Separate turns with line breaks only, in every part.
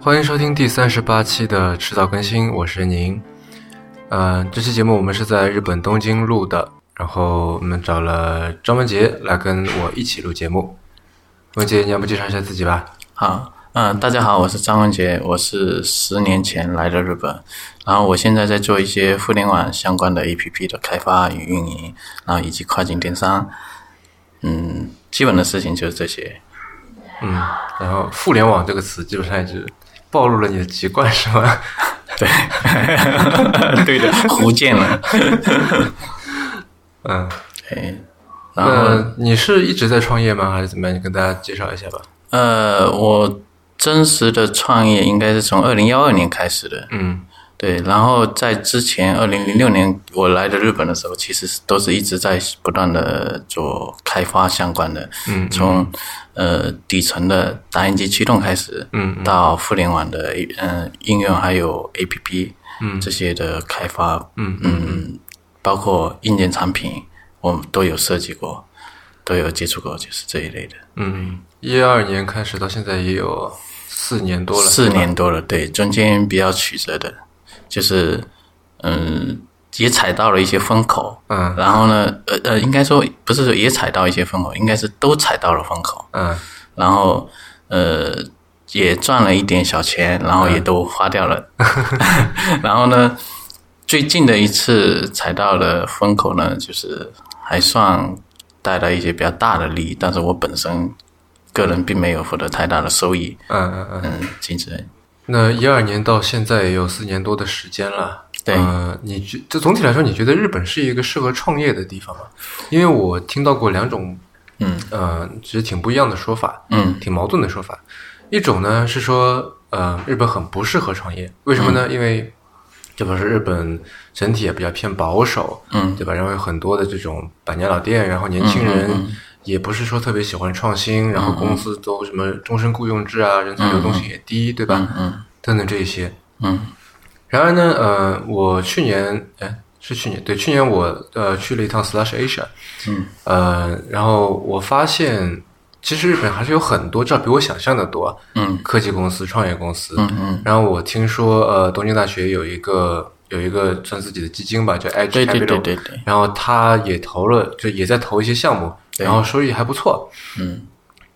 欢迎收听第三十八期的迟早更新，我是宁。呃，这期节目我们是在日本东京录的，然后我们找了张文杰来跟我一起录节目。文杰，你要不介绍一下自己吧？
好，嗯、大家好，我是张文杰，我是十年前来的日本，然后我现在在做一些互联网相关的 APP 的开发与运营，然后以及跨境电商，嗯，基本的事情就是这些。
嗯，然后“互联网”这个词基本上也是暴露了你的籍贯，是吧？
对， 对的，福建 人。
嗯，
哎， 然后
那你是一直在创业吗？还是怎么样？你跟大家介绍一下吧。
呃，我真实的创业应该是从二零幺二年开始的，
嗯
对，然后在之前，二零零六年我来的日本的时候，其实是都是一直在不断的做开发相关的，
嗯
从呃底层的打印机驱动开始，
嗯嗯
到互联网的嗯应用还有 APP，
嗯
这些的开发，
嗯
嗯，包括硬件产品，我们都有设计过，都有接触过，就是这一类的。
嗯，一二年开始到现在也有四年多了，
四
是吧
年多了，对，中间比较曲折的，就是嗯，也踩到了一些风口，
嗯
然后呢，呃呃，应该说不是说也踩到一些风口，应该是都踩到了风口，
嗯
然后呃也赚了一点小钱，然
嗯
后也都花 掉了， 然后呢，最近的一次踩到的风口呢，就是还算带来一些比较大的利益，但是我本身个人并没有获得太大的收益，
嗯嗯嗯。
嗯，净值。
那一二年到现在也有四年多的时间了。
对
呃，你觉就总体来说，你觉得日本是一个适合创业的地方吗？因为我听到过两种，
嗯，
呃，其实挺不一样的说法，
嗯
挺矛盾的说法。一种呢是说，呃，日本很不适合创业，为什么
嗯
呢？因为这不是日本整体也比较偏保守，
嗯
对吧？然后有很多的这种百年老店，然后年轻人
嗯
也不是说特别喜欢创新，然后公司都什么终身雇佣制啊，人才流动性也低，对吧？
嗯
等等这一些。
嗯
然而呢，呃，我去年，哎，是去年，对，去年我呃去了一趟 Slash Asia，
嗯，
呃，然后我发现，其实日本还是有很多，至少比我想象的多，
嗯，
科技公司、创业公司，
嗯嗯，
然后我听说，呃，东京大学有一个有一个算自己的基金吧，叫 Edge
对
Capital，
对对对对，
然后他也投了，就也在投一些项目，
对
然后收益还不错。
嗯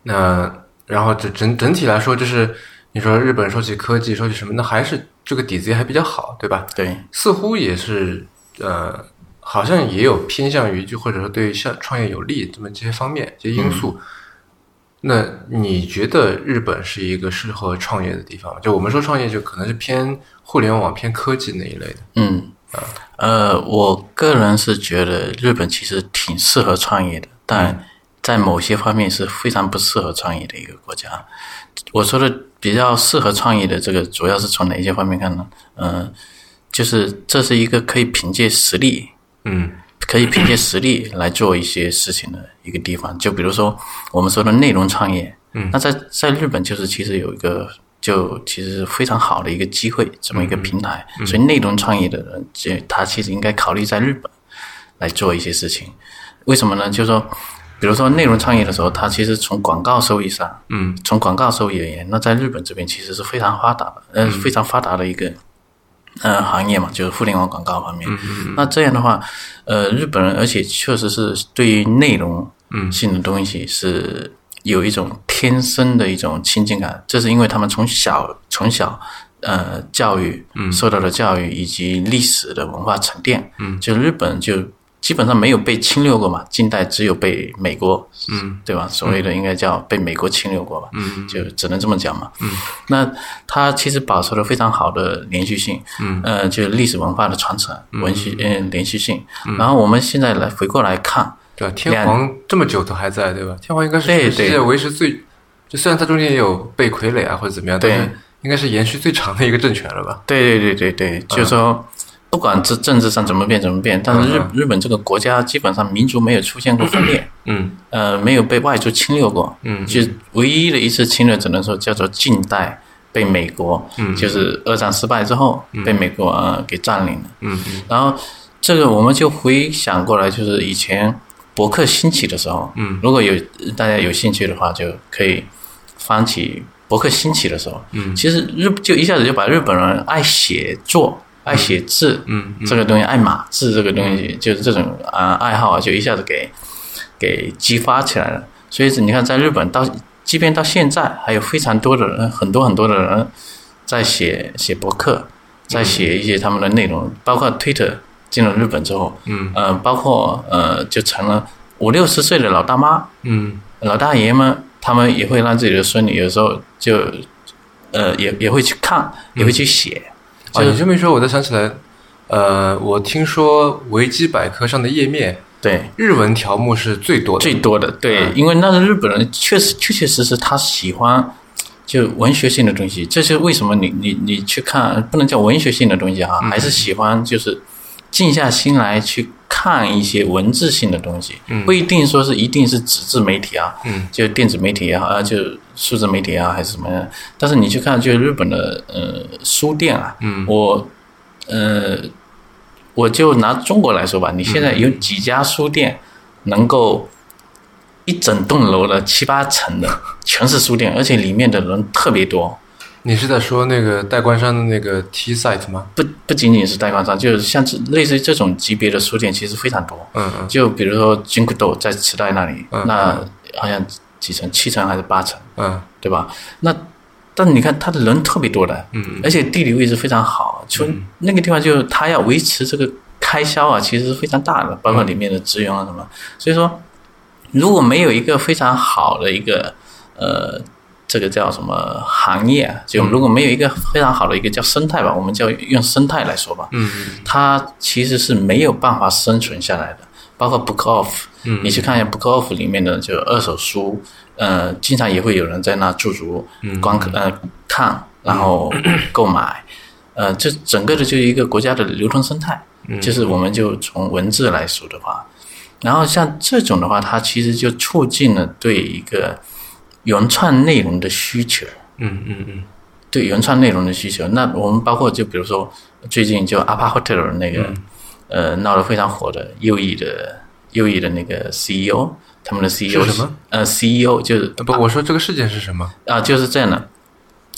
那然后整整整体来说，就是你说日本说起科技，说起什么，那还是这个底子也还比较好，对吧？
对，
似乎也是呃，好像也有偏向于就或者说对于像创业有利这么这些方面这些因素。
嗯
那你觉得日本是一个适合创业的地方吗？就我们说创业，就可能是偏互联网、偏科技那一类的。
嗯，呃，我个人是觉得日本其实挺适合创业的，但在某些方面是非常不适合创业的一个国家。我说的比较适合创业的这个，主要是从哪些方面看呢？呃，就是这是一个可以凭借实力，
嗯
可以凭借实力来做一些事情的一个地方。就比如说我们说的内容创业，
嗯
那在在日本就是其实有一个就其实是非常好的一个机会，这么一个平台。
嗯
所以内容创业的人，这他其实应该考虑在日本来做一些事情。为什么呢？就是说，比如说内容创业的时候，它其实从广告收益上，
嗯
从广告收益而言，那在日本这边其实是非常发达的，
嗯
呃，非常发达的一个呃行业嘛，就是互联网广告方面。那这样的话，呃，日本人而且确实是对于内容性的东西是有一种天生的一种亲近感，这是因为他们从小从小。呃，教育受到的教育以及历史的文化沉淀，嗯，就日本就基本上没有被侵略过嘛，近代只有被美国
嗯
对吧？所谓的应该叫被美国侵略过吧，
嗯
就只能这么讲嘛。嗯，那它其实保持了非常好的连续性，嗯，呃，就是历史文化的传承、文续嗯、连续性。然后我们现在来回过来看，
对吧？天
两
皇这么久都还在，对吧？天皇应该是
对
全世界
对
维持最，就虽然它中间也有被傀儡啊或者怎么样，但
对
是应该是延续最长的一个政权了吧？
对对对对对，就是说，不管这政治上怎么变怎么变，但是日、日本这个国家基本上民族没有出现过分裂。
嗯
呃，没有被外族侵略过，
嗯
就唯一的一次侵略，只能说叫做近代被美国，嗯，就是二战失败之后、被美国呃给占领了，
嗯
然后这个我们就回想过来，就是以前博客兴起的时候，嗯，如果有大家有兴趣的话，就可以翻起博客兴起的时候，嗯，其实日就一下子就把日本人爱写作、爱写字，
嗯
这个东西爱码字这个东西，就是这种啊、呃爱好啊，就一下子给给激发起来了。所以你看，在日本到即便到现在，还有非常多的人，很多很多的人在写写博客，在写一些他们的内容，包括 Twitter 进了日本之后，
嗯
呃，包括呃，就成了五六十岁的老大妈、
嗯
老大爷们，他们也会让自己的孙女有时候就呃也也会去看，也会去写。
啊，你这么一说，我才想起来，呃，我听说维基百科上的页面
对，
日文条目是最多的，
最多的，对，因为那个日本人确实确确实实他喜欢就文学性的东西，这是为什么你你你去看不能叫文学性的东西哈、还是喜欢就是静下心来去看一些文字性的东西，不一定说是一定是纸质媒体啊，
嗯，
就电子媒体也好啊，就数字媒体啊还是什么样，但是你去看就日本的呃书店啊，嗯，我呃我就拿中国来说吧，你现在有几家书店能够一整栋楼的七八层的全是书店，而且里面的人特别多，
你是在说那个代官山的那个 T site 吗？
不不仅仅是代官商，就是像这类似于这种级别的书店其实非常多。
嗯嗯
就比如说金库豆在池袋那里，
嗯
那好像几层，七层还是八层，
嗯
对吧？那但你看它的人特别多的，
嗯
而且地理位置非常好，就那个地方就是它要维持这个开销啊，其实是非常大的，包括里面的资源啊什么。所以说，如果没有一个非常好的一个呃。这个叫什么行业啊？就如果没有一个非常好的一个叫生态吧，我们叫用生态来说吧，
嗯
它其实是没有办法生存下来的。包括 Book Off，
嗯
你去看一下 Book Off 里面的就二手书，呃，经常也会有人在那驻足
嗯
观呃看，然后购买，呃，这整个的就是一个国家的流通生态。
嗯
就是我们就从文字来说的话，然后像这种的话，它其实就促进了对一个原创内容的需求。
嗯嗯嗯
对原创内容的需求。那我们包括就比如说最近就 a p a Hotel 那个、呃闹得非常火的右翼的右翼的那个 CEO，他们的 CEO
是什么？
呃，CEO 就是
呃，不，我说这个事件是什么？
啊，就是这样的，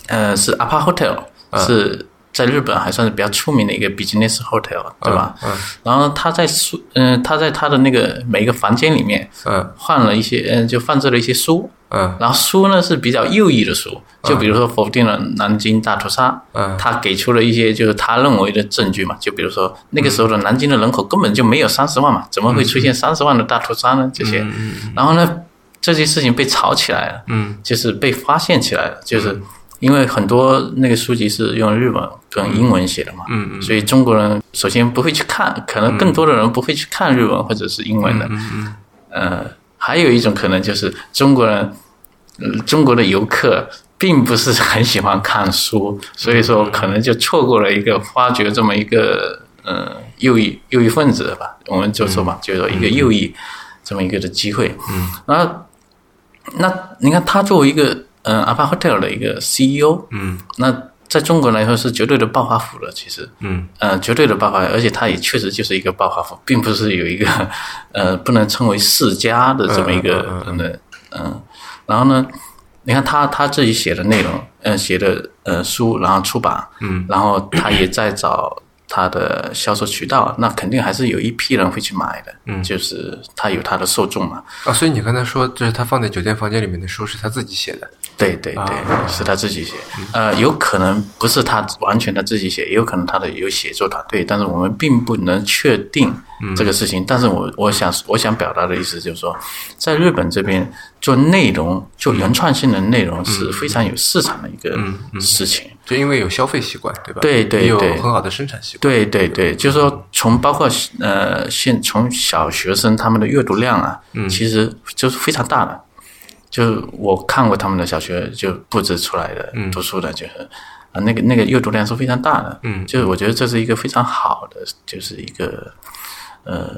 呃，是 a p a Hotel、是。
嗯
在日本还算是比较出名的一个 business hotel，对吧？
嗯
然后他在书，嗯、他在他的那个每一个房间里面
嗯
换了一些，嗯、就放置了一些书，
嗯
然后书呢是比较右翼的书，就比如说否定了南京大屠杀，
嗯
他给出了一些就是他认为的证据嘛，就比如说那个时候的南京的人口根本就没有三十
嗯
万嘛，怎么会出现三十万的大屠杀呢？这些，然后呢，这些事情被炒起来了，
嗯，
就是被发现起来了，就是因为很多那个书籍是用日文跟英文写的嘛，嗯所以中国人首先不会去看，可能
嗯
更多的人不会去看日文或者是英文的，呃，还有一种可能就是中国人，嗯中国的游客并不是很喜欢看书，所以说可能就错过了一个发掘这么一个呃右翼右翼分子吧，我们就说嘛，就是说一个右翼这么一个的机会。嗯，然后那你看他作为一个嗯 a p a Hotel 的一个 CEO，
嗯
那在中国来说是绝对的暴发户了，其实。
嗯
呃，绝对的暴发，而且他也确实就是一个暴发户，并不是有一个 呃不能称为世家的这么一个嗯嗯然后呢，你看他他自己写的内容，呃，写的呃书，然后出版，嗯，然后他也在找他的销售渠道，那肯定还是有一批人会去买的，嗯，就是他有他的受众嘛，
啊，所以你刚才说，就是他放在酒店房间里面的书是他自己写的。
对对对，是他自己写。呃，有可能不是他完全他自己写，也有可能他的有写作团队，但是我们并不能确定这个事情。但是我我想我想表达的意思就是说，在日本这边做内容、做原创性的内容是非常有市场的一个事情。
就因为有消费习惯，对吧？
对对
也有
对
很好的生产习惯。
对对对，就是说从包括呃，现从小学生他们的阅读量啊，其实就是非常大的。就是我看过他们的小学就布置出来的、读书的，就是啊，那个那个阅读量是非常大的。嗯，就是我觉得这是一个非常好的，就是一个呃，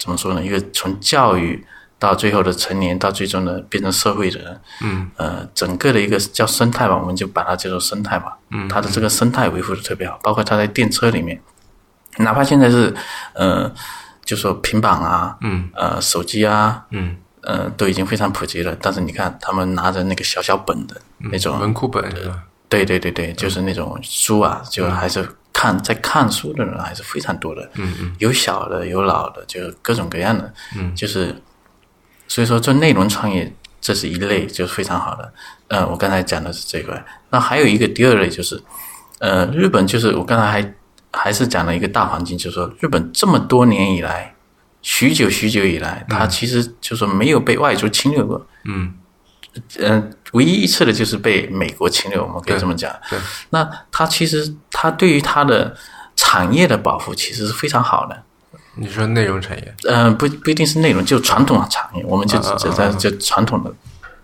怎么说呢？一个从教育到最后的成年，到最终的变成社会人，嗯，呃，整个的一个叫生态吧，我们就把它叫做生态吧。嗯，它的这个生态维护的特别好，包括它在电车里面，哪怕现在是呃，就说平板啊，嗯，呃，手机啊，
嗯
呃，都已经非常普及了。但是你看，他们拿着那个小小本的那种，
文库本是吧？
对对对
嗯
对，就是那种书啊，就还是看在看书的人还是非常多的，
嗯嗯，
有小的有老的，就各种各样的，嗯，就是所以说做内容创业这是一类，就是非常好的。呃，我刚才讲的是这一块，那还有一个第二类就是，呃，日本就是我刚才还还是讲了一个大环境，就是说日本这么多年以来，许久许久以来，它其实就是说没有被外族侵略过，
嗯
嗯，唯一一次的就是被美国侵略，我们可以这么讲。
对对
那它其实它对于它的产业的保护其实是非常好的。
你说内容产业，
嗯，不不一定是内容，就传统产业，我们就
啊啊啊
只在就传统的。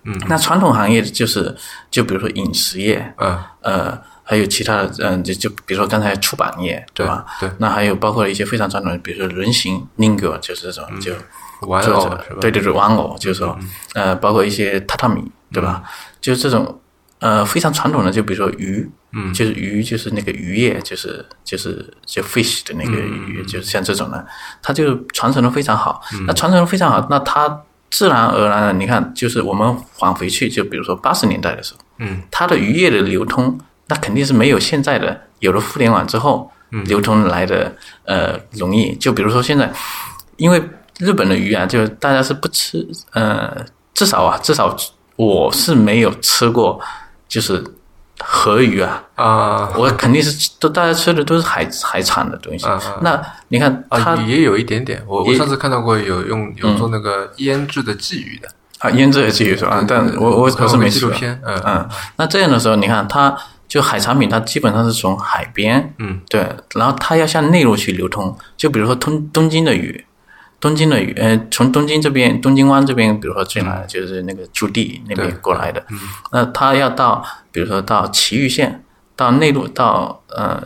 嗯，那传统行业就是就比如说饮食业，
啊，
呃，还有其他的，嗯，就就比如说刚才出版业，对
对
吧？
对，
那还有包括一些非常传统的，比如说人形 lingo，就是这种
嗯
就。
玩
作
偶
者
是吧？嗯
对对对，玩偶就是说，呃，包括一些榻榻米，对吧？
嗯
就是这种呃非常传统的，就比如说鱼，嗯，就是鱼，就是那个渔业，就是就是就 fish 的那个
嗯
鱼，就是像这种的，它就传承的非常好。
嗯
那传承的非常好，那它自然而然的，你看，就是我们返回去，就比如说八十年代的时候，
嗯，
它的渔业的流通，那肯定是没有现在的有了互联网之后。
嗯
流通来的呃容易，就比如说现在，因为日本的鱼啊，就大家是不吃，呃，至少啊，至少我是没有吃过，就是河鱼啊，
啊
我肯定是都大家吃的都是海海产的东西。
啊啊
那你看它嗯
啊，也有一点点。我我上次看到过有用有做那个腌制的鲫鱼的，嗯
啊，腌制的鲫鱼是吧？但我我
看
我是
过
没
纪
吃
录
过。
片，嗯
嗯，那这样的时候，你看它就海产品，它基本上是从海边，
嗯，
对，然后它要向内陆去流通，就比如说东东京的鱼。东京的鱼，呃，从东京这边，东京湾这边，比如说进来就是那个驻地那边过来的，那它要到，比如说到崎玉县，到内陆，到呃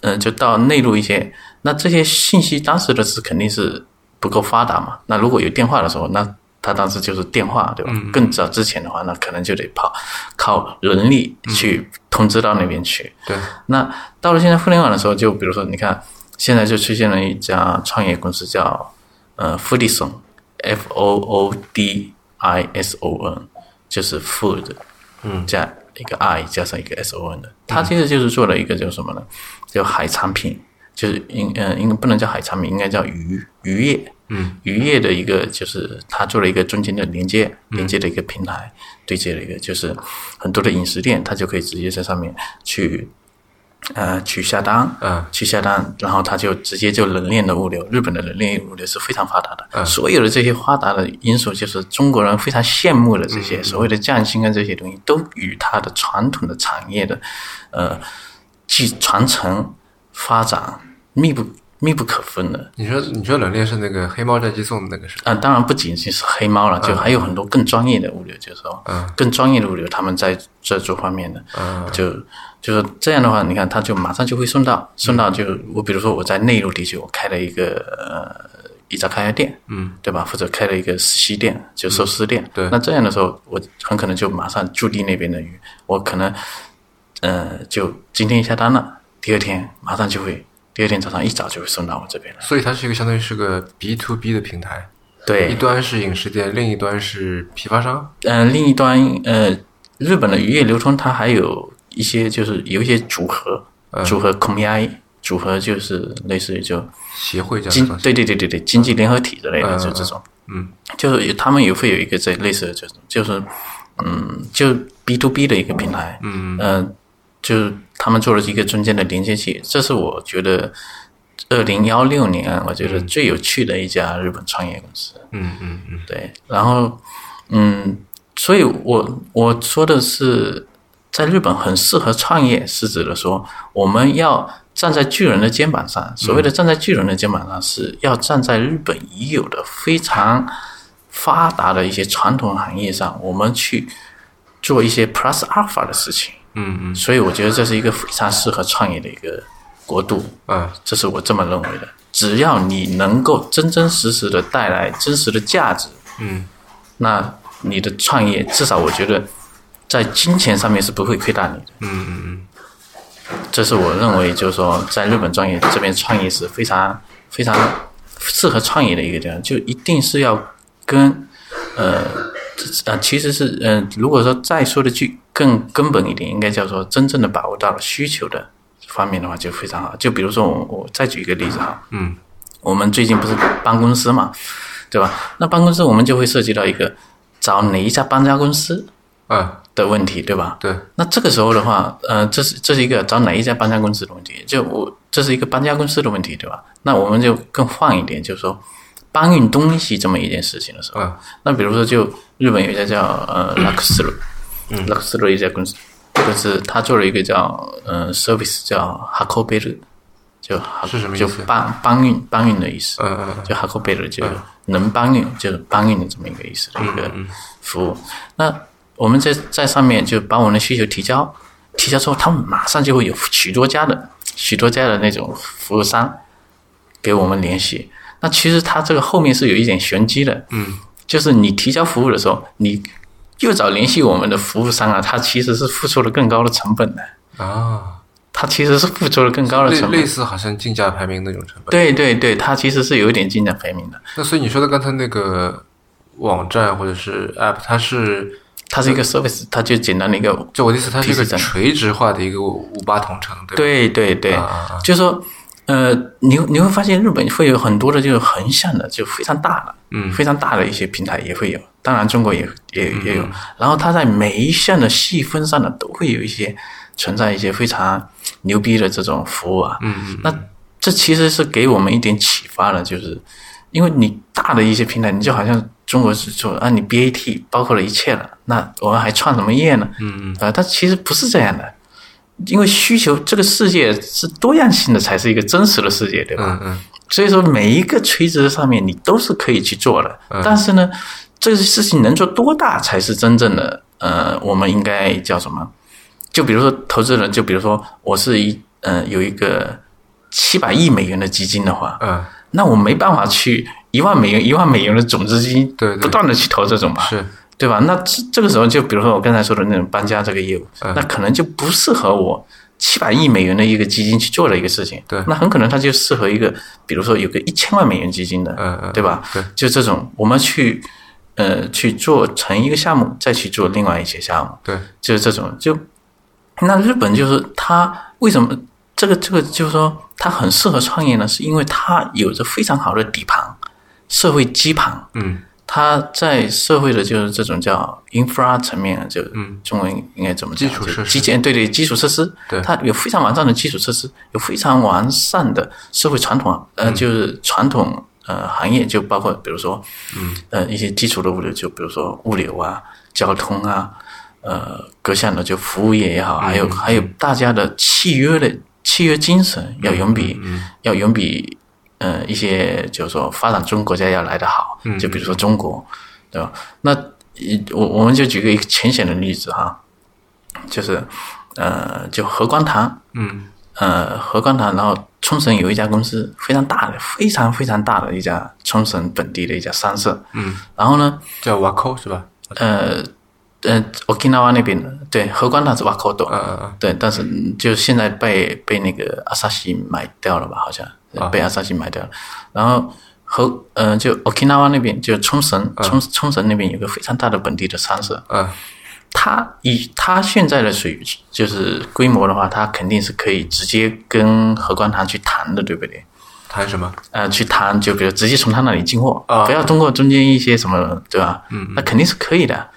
呃，就到内陆一些，那这些信息当时的是肯定是不够发达嘛。那如果有电话的时候，那他当时就是电话，对吧？更早之前的话，那可能就得跑靠人力去通知到那边去。
对，
那到了现在互联网的时候，就比如说，你看现在就出现了一家创业公司叫呃 Foodison，F O O D I S O N，就是 food，
嗯，
加一个 i 加上一个 s o n 的，它其实就是做了一个叫什么呢？叫海产品，就是应呃应该不能叫海产品，应该叫渔渔业，
嗯，
渔业的一个就是它做了一个中间的连接，
嗯
连接的一个平台，对接了一个就是很多的饮食店，它就可以直接在上面去呃去下单，
嗯，
去下单，然后它就直接就冷链的物流，日本的冷链物流是非常发达的，所有的这些发达的因素，就是中国人非常羡慕的这些、所谓的匠心啊这些东西，都与它的传统的产业的呃继传承发展密不密不可分的。
你说你说冷链是那个黑猫战机送的那个是吧？
啊、当然不仅仅是黑猫了，就还有很多更专业的物流，就是说，
嗯
更专业的物流，他们在在做方面的，
嗯
就就是这样的话，你看，他就马上就会送到，送到就
嗯
我比如说我在内陆地区，我开了一个呃一家咖啡店，
嗯，
对吧？或者开了一个西店，就寿司店，
对
那这样的时候，我很可能就马上驻地那边的鱼，我可能呃就今天下单了，第二天马上就会，第二天早上一早就会送到我这边了，
所以它是一个相当于是个 B to B 的平台，
对，
一端是饮食店，另一端是批发商。
呃，另一端呃，日本的渔业流通，它还有一些就是有一些组合，
嗯
组合 k o m i a 组合就是类似于就
协会这样
经
的东西，
对对对对对经济联合体之类的，
嗯
就
嗯
这种，
嗯，
就是有他们也会有一个这类似的这种，就是嗯，就 B to B 的一个平台，嗯，呃，就是他们做了一个中间的连接器，这是我觉得二零幺六年我觉得最有趣的一家日本创业公司，
嗯嗯嗯，
对，然后，嗯，所以我我说的是，在日本很适合创业，是指的说我们要站在巨人的肩膀上。所
嗯
谓的站在巨人的肩膀上，是要站在日本已有的非常发达的一些传统行业上，我们去做一些 plus alpha 的事情。
嗯
嗯，所以我觉得这是一个非常适合创业的一个国度。
啊，
这是我这么认为的。只要你能够真真实实的带来真实的价值，
嗯，
那你的创业至少我觉得在金钱上面是不会亏待你的。嗯嗯嗯，这是我认为就是说在日本创业这边创业是非常非常适合创业的一个地方，就一定是要跟呃，这啊，其实是嗯、呃，如果说再说的句更根本一点，应该叫做真正的把握到了需求的方面的话，就非常好。就比如说我我再举一个例子哈，
嗯，
我们最近不是搬公司嘛，对吧？那搬公司我们就会涉及到一个找哪一家搬家公司
啊，
的问题，对吧？
对，
那这个时候的话，呃，这是这是一个找哪一家搬家公司的问题，就我这是一个搬家公司的问题，对吧？那我们就更换一点，就是说搬运东西这么一件事情的时候，
嗯
那比如说就日本有一家叫呃 Luxro，Luxro
嗯
一家公司，公司他做了一个叫呃 service 叫 h a k o b e r 就 Hak-
是什么意思
就搬搬运搬运的意思，
嗯嗯
就 h a k o b e r 就是能搬运就是搬运的这么一个意思的一
嗯
个服务。那我们在在上面就把我们的需求提交，提交之后，他们马上就会有许多家的许多家的那种服务商给我们联系。那其实它这个后面是有一点玄机的，
嗯，
就是你提交服务的时候，你越早联系我们的服务商啊，他其实是付出了更高的成本的，
啊，
他其实是付出了更高的
类
成
类
本。
似好像竞价排名那种成本。
对对对，他其实是有一点竞价排名的，
那所以你说的刚才那个网站或者是 App，它是
它是一个 service，它就简单的一个
就我的意思，它是一个
PC 站
垂直化的一个五五八同城，对吧？
对啊对对，就说呃，你你会发现日本会有很多的就是横向的，就非常大的，嗯，非常大的一些平台也会有，当然中国也也也有，然后它在每一项的细分上呢，都会有一些存在一些非常牛逼的这种服务啊，嗯，那这其实是给我们一点启发的，就是因为你大的一些平台，你就好像中国是说啊，你 BAT 包括了一切了，那我们还创什么业呢？嗯，啊，它其实不是这样的，因为需求这个世界是多样性的，才是一个真实的世界，对吧？
嗯嗯
所以说每一个垂直上面你都是可以去做的，
嗯
但是呢，这个事情能做多大才是真正的呃，我们应该叫什么？就比如说投资人，就比如说我是一呃有一个七百亿美元的基金的话，
嗯，
那我没办法去一万美元一万美元的总资金，
对对
不断的去投这种吧，
是
对吧？那这这个时候，就比如说我刚才说的那种搬家这个业务，
嗯
那可能就不适合我七百亿美元的一个基金去做的一个事情。
对
那很可能它就适合一个，比如说有个一千万美元基金的，
嗯嗯
对吧？
对，
就这种我们去呃去做成一个项目，再去做另外一些项目，
对，
就是这种就。那日本就是它为什么这个这个就是说它很适合创业呢？是因为它有着非常好的底盘，社会基盘，
嗯
它在社会的就是这种叫 infra 层面，就中文应该怎么
嗯
讲？
基础
就
设施
基建对对，基础设施，
对
它有非常完善的基础设施，有非常完善的社会传统啊，
嗯
呃，就是传统呃行业，就包括比如说，嗯，呃一些基础的物流，就比如说物流啊、交通啊，呃各项的就服务业也好，还有还有大家的契约的契约精神要远比要远比呃一些就是说发展中国家要来得好，就比如说中国，对吧？那一我我们就举个一个浅显的例子哈，就是呃，就和光堂，
嗯
呃，和光堂，然后冲绳有一家公司非常大的，非常非常大的一家冲绳本地的一家商社，嗯，然后呢，
叫瓦扣是吧？
呃，呃，Okinawa 那边的，对，和光堂是瓦口
嗯
岛，
嗯嗯，
对，但是就现在被被那个阿萨西买掉了吧，好像
啊
被阿萨西买掉了，然后。和呃，就 Okinawa 那边，就冲绳冲冲绳那边有个非常大的本地的商社，
嗯
它以它现在的水就是规模的话，它肯定是可以直接跟和光堂去谈的，对不对？
谈什么？
呃，去谈就比如直接从他那里进货，
啊
不要通过中间一些什么，对吧？嗯，那肯定是可以的。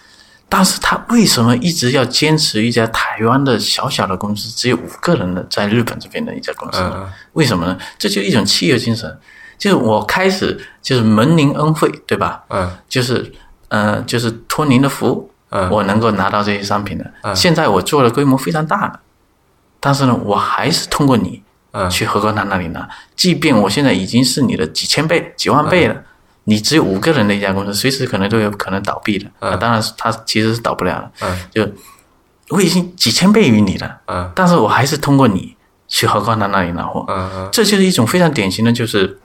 但是他为什么一直要坚持一家台湾的小小的公司，只有五个人的，在日本这边的一家公司呢？
嗯
为什么呢？这就是一种契约精神，就是我开始就是门宁恩惠，对吧？
嗯
就是呃，就是托您的福，
嗯
我能够拿到这些商品的。现在我做的规模非常大了，但是呢，我还是通过你
嗯
去和光堂那里拿，即便我现在已经是你的几千倍、几万倍了。
嗯
你只有五个人的一家公司，随时可能都有可能倒闭的。那当然是，它其实是倒不了了。
嗯
就我已经几千倍于你了，
嗯
但是我还是通过你去和光堂那里拿货。
嗯嗯，
这就是一种非常典型的，就是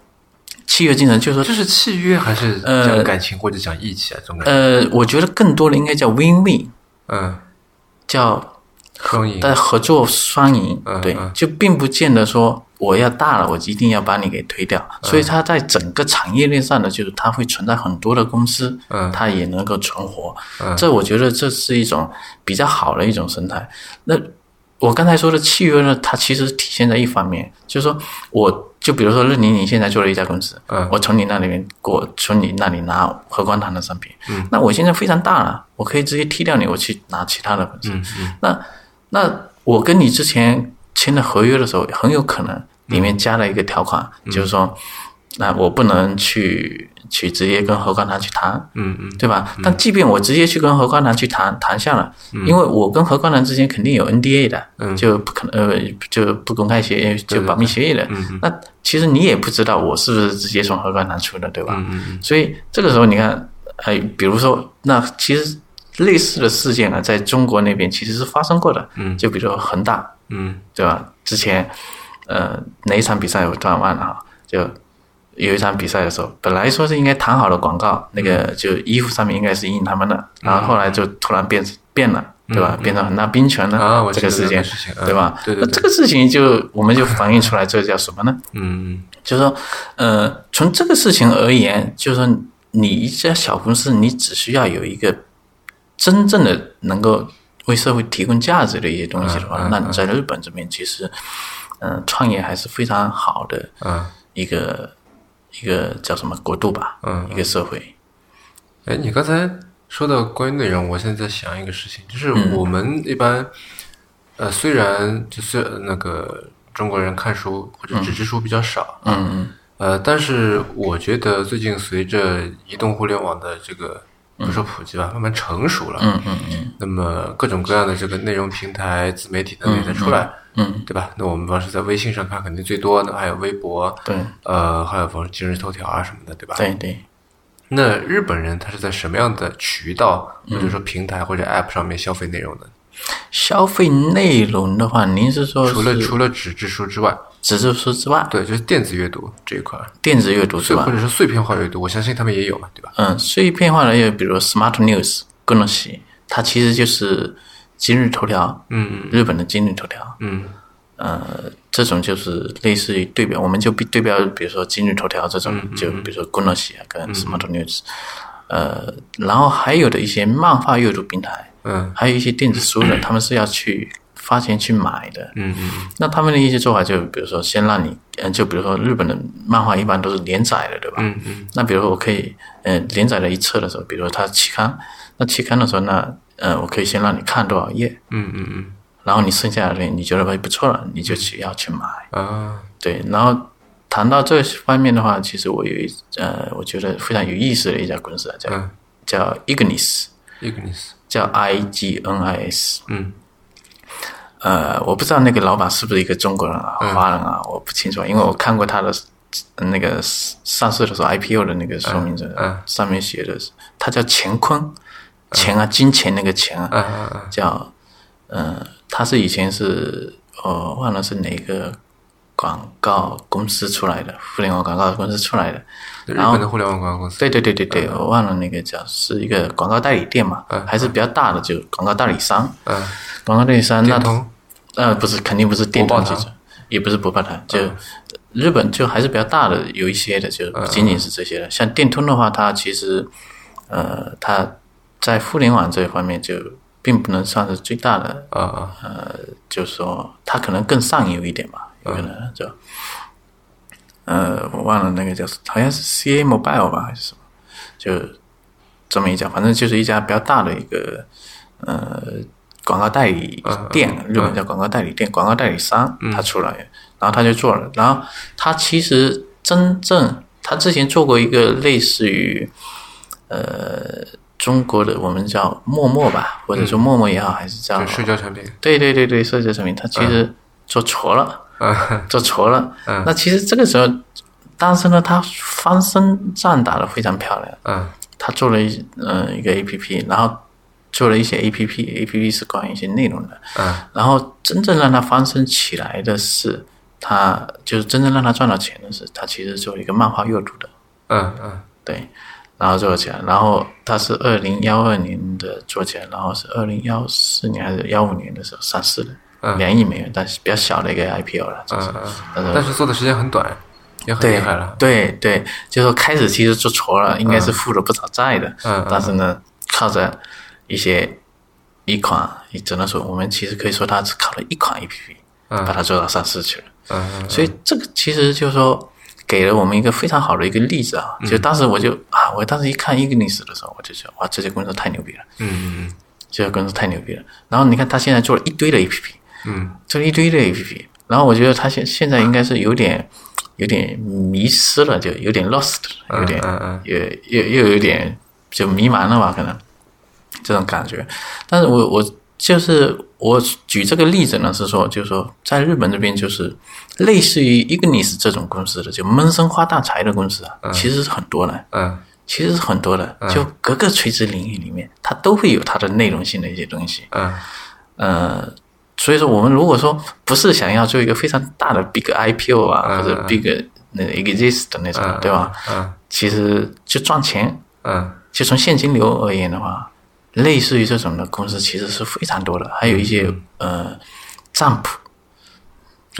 契约精神，就是
这是
说，
契约还是
呃
讲感情或者讲义气啊？这种感觉？
呃，我觉得更多的应该叫 win-win，
嗯
叫
双赢，
但合作双赢，
嗯
对
嗯，
就并不见得说我要大了，我一定要把你给推掉。
嗯
所以它在整个产业链上呢，就是它会存在很多的公司，
嗯
它也能够存活
嗯。
这我觉得这是一种比较好的一种生态。那我刚才说的契约呢，它其实体现在一方面，就是说我。就比如说，任宁，你现在做了一家公司，
嗯
我从你那里面，我从你那里拿和光堂的商品，
嗯
那我现在非常大了，我可以直接踢掉你，我去拿其他的本
嗯
身。那那我跟你之前签的合约的时候，很有可
嗯
能里面加了一个条款，就是说，那我不能去去直接跟何冠堂去谈，
嗯嗯
对吧？但即便我直接去跟何冠堂去谈谈下了，因为我跟何冠堂之间肯定有 NDA 的，
嗯
就不可能呃就不公开协议就保密协议的。
嗯
那其实你也不知道我是不是直接从何冠堂出的，对吧？
嗯嗯
所以这个时候你看，哎，比如说，那其实类似的事件啊，在中国那边其实是发生过的。
嗯
就比如说恒大，
嗯
对吧？之前，呃，哪一场比赛我突然忘了哈，啊就有一场比赛的时候，本来说是应该谈好的广告，那
嗯
个就衣服上面应该是印他们的，然后后来就突然变变了，对吧？变成恒大冰泉
嗯啊，
了
我，
这
记得
个事
这
件
个，事情，嗯
对吧？
对对
那
对，
这个事情就我们就反映出来，这叫什么呢？
嗯
就是说，呃，从这个事情而言，就是说你一家小公司，你只需要有一个真正的能够为社会提供价值的一些东西的话，
嗯嗯
那你在日本这边其实，嗯、创业还是非常好的
嗯。
一个一个叫什么国度吧，
嗯
一个社会，
哎，你刚才说到关于内容，我现在在想一个事情，就是
嗯
我们一般，呃，虽然就是那个中国人看书或者纸质书比较少，
嗯嗯
呃，但是我觉得最近随着移动互联网的这个不说普及吧，慢慢成熟了，
嗯嗯嗯
那么各种各样的这个内容平台、自媒体等等也在出来，
嗯，
对吧？那我们当时在微信上看肯定最多，那还有微博，
对
呃，还有比如说今日头条啊什么的，对吧？
对对，
那日本人他是在什么样的渠道，或者说平台或者 App 上面消费内容呢？
消费内容的话，您是说
除了
是
除了纸质书之外，
纸质书之外，
对，就是电子阅读这一块，
电子阅读是
碎
吧
或？者是碎片化阅读，我相信他们也有嘛，对吧？
嗯，碎片化的也有，比如 Smart News、各种西，它其实就是今日头条，
嗯
日本的今日头条，
嗯
呃，这种就是类似于对标，我们就比对标，比如说今日头条这种，
嗯
就比如说各种西啊跟 Smart News，、呃，然后还有的一些漫画阅读平台，
嗯
还有一些电子书的，他们是要去花钱去买的，
嗯嗯
那他们的一些做法就比如说先让你，嗯，就比如说日本的漫画一般都是连载的，对吧？
嗯嗯
那比如说我可以，呃，连载了一册的时候，比如说它期刊，那期刊的时候呢，呃，我可以先让你看多少页，
嗯嗯
然后你剩下的你觉得哎不错了，你就去要去买。
嗯啊
对，然后谈到这方面的话，其实我有一呃，我觉得非常有意思的一家公司啊，叫、
嗯
叫 Ignis，
，Ignis，
叫 I G N I S。
嗯
呃，我不知道那个老板是不是一个中国人啊，华人
嗯
啊，我不清楚，因为我看过他的那个上市的时候 IPO 的那个说明书，
嗯
上面写的是他叫乾坤，钱啊，金钱那个钱啊，
啊啊
叫呃，他是以前是呃忘了是哪个广告公司出来的，互联网广告公司出来的，
日本的互联网广告公司，
对对对对对，
嗯
我忘了那个叫是一个广告代理店嘛，还是比较大的，就广告代理商，
嗯，
广告代理商那
电通，
呃，不是，肯定不是电
博
动
报嗯
这
堂
种，也不是不报堂，就日本就还是比较大的，有一些的，
嗯
就不仅仅是这些的。像电通的话，它其实，呃，它在互联网这一方面就并不能算是最大的，
啊啊
呃，就是说它可能更上游一点吧，
嗯
有可能就，呃，我忘了那个叫，好像是 CA Mobile 吧还是什么，就这么一家，反正就是一家比较大的一个呃广告代理
啊
店，日本叫广告代理店，广告代理商，
嗯
他出来，然后他就做了，然后他其实真正他之前做过一个类似于呃。中国的我们叫陌陌吧，或者说陌陌也好，还是叫
嗯就社交产品，
对对对对，社交产品，他其实做错了，
啊
做错了。
嗯
那其实这个时候，但是呢，他翻身仗打得非常漂亮。
啊
他做了一呃一个 A P P，然后做了一些 A P P，A P P 是关于一些内容的。
啊
然后真正让他翻身起来的是，他就是真正让他赚到钱的是，他其实做了一个漫画阅读的。
啊啊
对，然后做起来，然后他是二零幺二年的做起来，然后是二零幺四年还是幺五年的时候上市的，
嗯
两亿美元，但是比较小的一个 IPO 了，就
嗯
是，
嗯
但是
但是做的时间很短，也很厉害了。嗯
对对，就是说开始其实做错了，应该是负了不少债的，
嗯嗯
但是呢，靠着一些一款，也只能说我们其实可以说它是靠了一款 APP，、
嗯
把它做到上市去了。
嗯嗯
所以这个其实就是说给了我们一个非常好的一个例子啊。
嗯
就当时我就啊，我当时一看 Ignis 的时候，我就觉得哇，这些公司太牛逼了，
嗯
这些公司太牛逼了。然后你看他现在做了一堆的 APP，
嗯
做了一堆的 APP，然后我觉得他现现在应该是有点有点迷失了，就有点 lost，了有点
嗯嗯
也又又有点就迷茫了吧，可能这种感觉。但是我我就是我举这个例子呢，是说就是说在日本这边就是类似于 Ignis 这种公司的，就闷声发大财的公司啊，其实是很多的，
嗯
其实是很多的，就各个垂直领域里面，它都会有它的内容性的一些东西。
嗯
呃，所以说我们如果说不是想要做一个非常大的 big IPO 啊，或者 big 那个 exist 的那种，对吧？
嗯
其实就赚钱，
嗯
就从现金流而言的话，类似于这种的公司其实是非常多的，还有一些
嗯
呃占卜。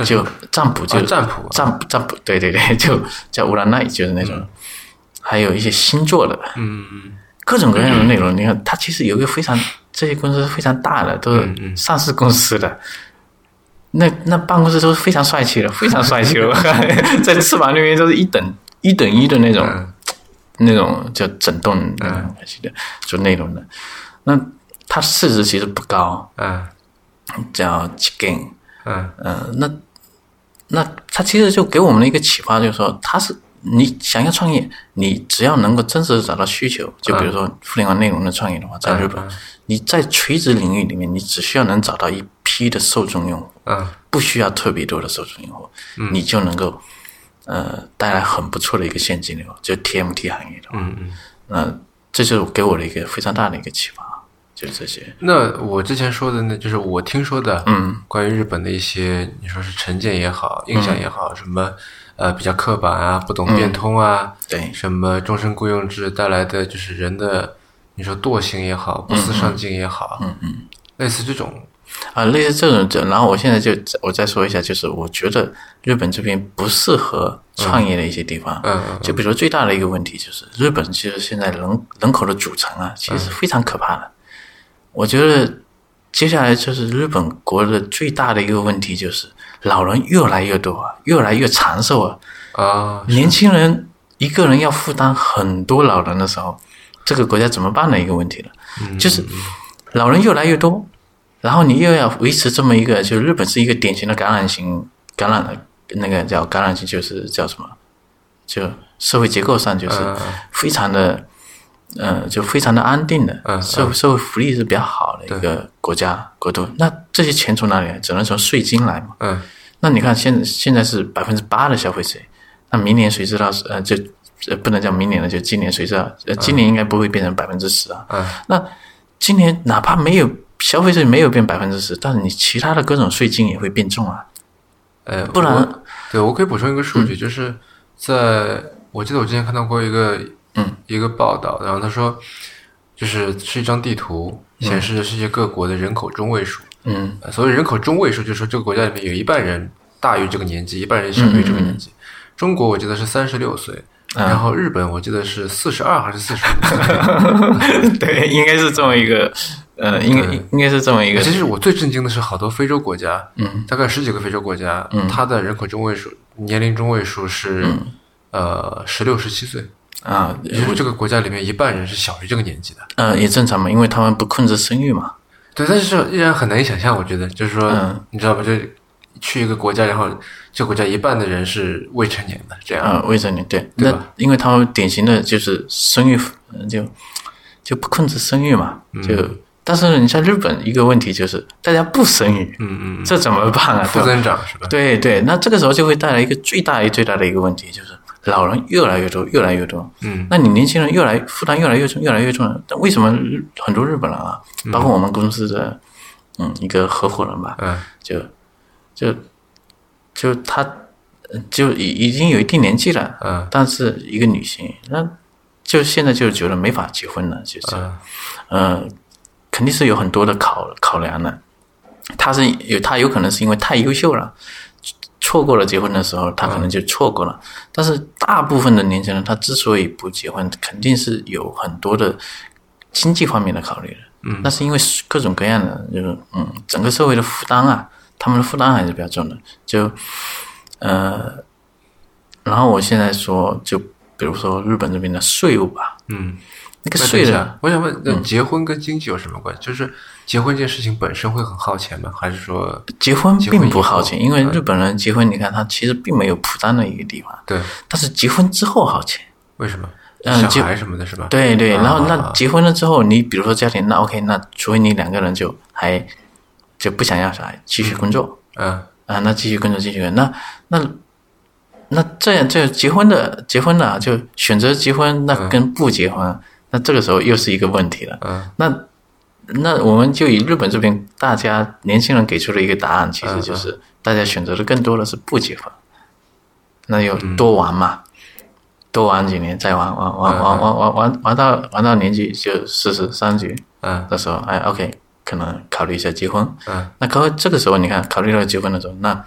就占卜就
啊占卜啊
占卜占卜，对对对，就叫乌拉奈，就是那种，还有一些星座的，
嗯
各种各样的内容，你看它其实有一个非常这些公司是非常大的，
嗯
都是
嗯
上市公司的。那那办公室都是非常帅气的，非常帅气 的， 在翅膀那边都是一等一等一的那种，
嗯
那种叫整栋那种东西的，就那种的。那它市值其实不高，
嗯
叫 chicken，
嗯
嗯，那那他其实就给我们的一个启发，就是说，他是你想要创业，你只要能够真实的找到需求，就
嗯
比如说互联网内容的创业的话，在日本，你在垂直领域里面，你只需要能找到一批的受众用户，
嗯
不需要特别多的受众用户，你就能够呃带来很不错的一个现金流，就 TMT 行业的话，
嗯。
那这就是给我的一个非常大的一个启发，就是这些，
那我之前说的呢，就是我听说的，嗯，关于日本的一些，你说是成见也好，印象也好，什么呃比较刻板啊，不懂变通啊，
对，
什么终身雇佣制带来的就是人的，你说惰性也好，不思上进也好，嗯嗯，类似这种，
啊，类似这种，然后我现在就我再说一下，就是我觉得日本这边不适合创业的一些地方，
嗯嗯
就比如说最大的一个问题就是，日本其实现在人人口的组成啊，其
嗯
实是非常可怕的。我觉得接下来就是日本国的最大的一个问题就是，老人越来越多啊，越来越长寿啊，
啊，
年轻人一个人要负担很多老人的时候，这个国家怎么办的一个问题了，
嗯
就是老人越来越多，然后你又要维持这么一个，就是日本是一个典型的感染型感染的，那个叫感染型，就是叫什么，就社会结构上就是
嗯
非常的，呃，就非常的安定的，
嗯
社会社会福利是比较好的一个国家国度，那这些钱从哪里来？只能从税金来嘛。
嗯
那你看现现在是百分之八的消费税，那明年谁知道是？呃，就呃不能叫明年了，就今年谁知道？呃，今年应该不会变成百分之十啊。
嗯
那今年哪怕没有消费税没有变百分之十，但是你其他的各种税金也会变重啊。
呃，
不然嗯
我，对我可以补充一个数据，就是在我记得我之前看到过一个
嗯
一个报道，然后他说就是是一张地图，显示着世界各国的人口中位数。
嗯
呃所谓人口中位数，就是说这个国家里面有一半人大于这个年纪，一半人小于这
嗯
个年纪。中国我记得是三十六岁，
啊
然后日本我记得是四十二还是四十五。
对，应该是这么一个，呃，应该应该是这么一个
其实我最震惊的是，好多非洲国家，
嗯
大概十几个非洲国家，它的人口中位数、年龄中位数是
嗯
呃十六、十七岁，
啊，
也就是这个国家里面一半人是小于这个年纪的。
呃，也正常嘛，因为他们不控制生育嘛。
对，但是依然很难以想象，我觉得就是说，
嗯
你知道吧？就去一个国家，然后这国家一半的人是未成年的，这样。
啊，未成年对，
对
那因为他们典型的就是生育，呃就就不控制生育嘛，
嗯
就、但是你像日本一个问题就是大家不生育，
嗯嗯，
这怎么办啊？
负
对吧
增长是吧？
对对，那这个时候就会带来一个最大最大的一个问题，就是老人越来越多，越来越多。
嗯，
那你年轻人越来负担越来越重，越来越重了。但为什么日很多日本人啊，包括我们公司的嗯一个合伙人吧，
嗯
就就就她呃就已已经有一定年纪了，
嗯
但是一个女性，那就现在就觉得没法结婚了，就是，呃，肯定是有很多的考考量的。他是有他有可能是因为太优秀了，错过了结婚的时候，他可能就错过了。但是大部分的年轻人，他之所以不结婚，肯定是有很多的经济方面的考虑的。嗯，那是因为各种各样的，就是嗯，整个社会的负担啊，他们的负担还是比较重的。就呃，然后我现在说，就比如说日本这边的税务吧，
嗯，
那个
那
税
等一
的嗯
下，我想问，那结婚跟经济有什么关系？就是结婚这件事情本身会很耗钱吗？还是说，
结婚
结婚
并不
以后嗯
耗钱，因为日本人结婚，你看他其实并没有负担的一个地方，
对，
但是结婚之后耗钱。
为什么？
嗯
小
结
孩什么的是吧？
对对，
啊
然后
啊
那结婚了之后，你比如说家庭，那 OK，那除非你两个人就还就不想要小孩，继续工作
嗯
啊，那继续工作继续工作那那那这样这结婚的结婚了啊就选择结婚，那跟不结婚，那这个时候又是一个问题了。
嗯
那那我们就以日本这边大家年轻人给出的一个答案，其实就是大家选择的更多的是不结婚，那就多玩嘛，多玩几年再玩玩玩玩玩玩玩玩到玩到年纪就四十三十
嗯
的时候，哎，OK，可能考虑一下结婚。
嗯
那考这个时候，你看考虑到结婚的时候，那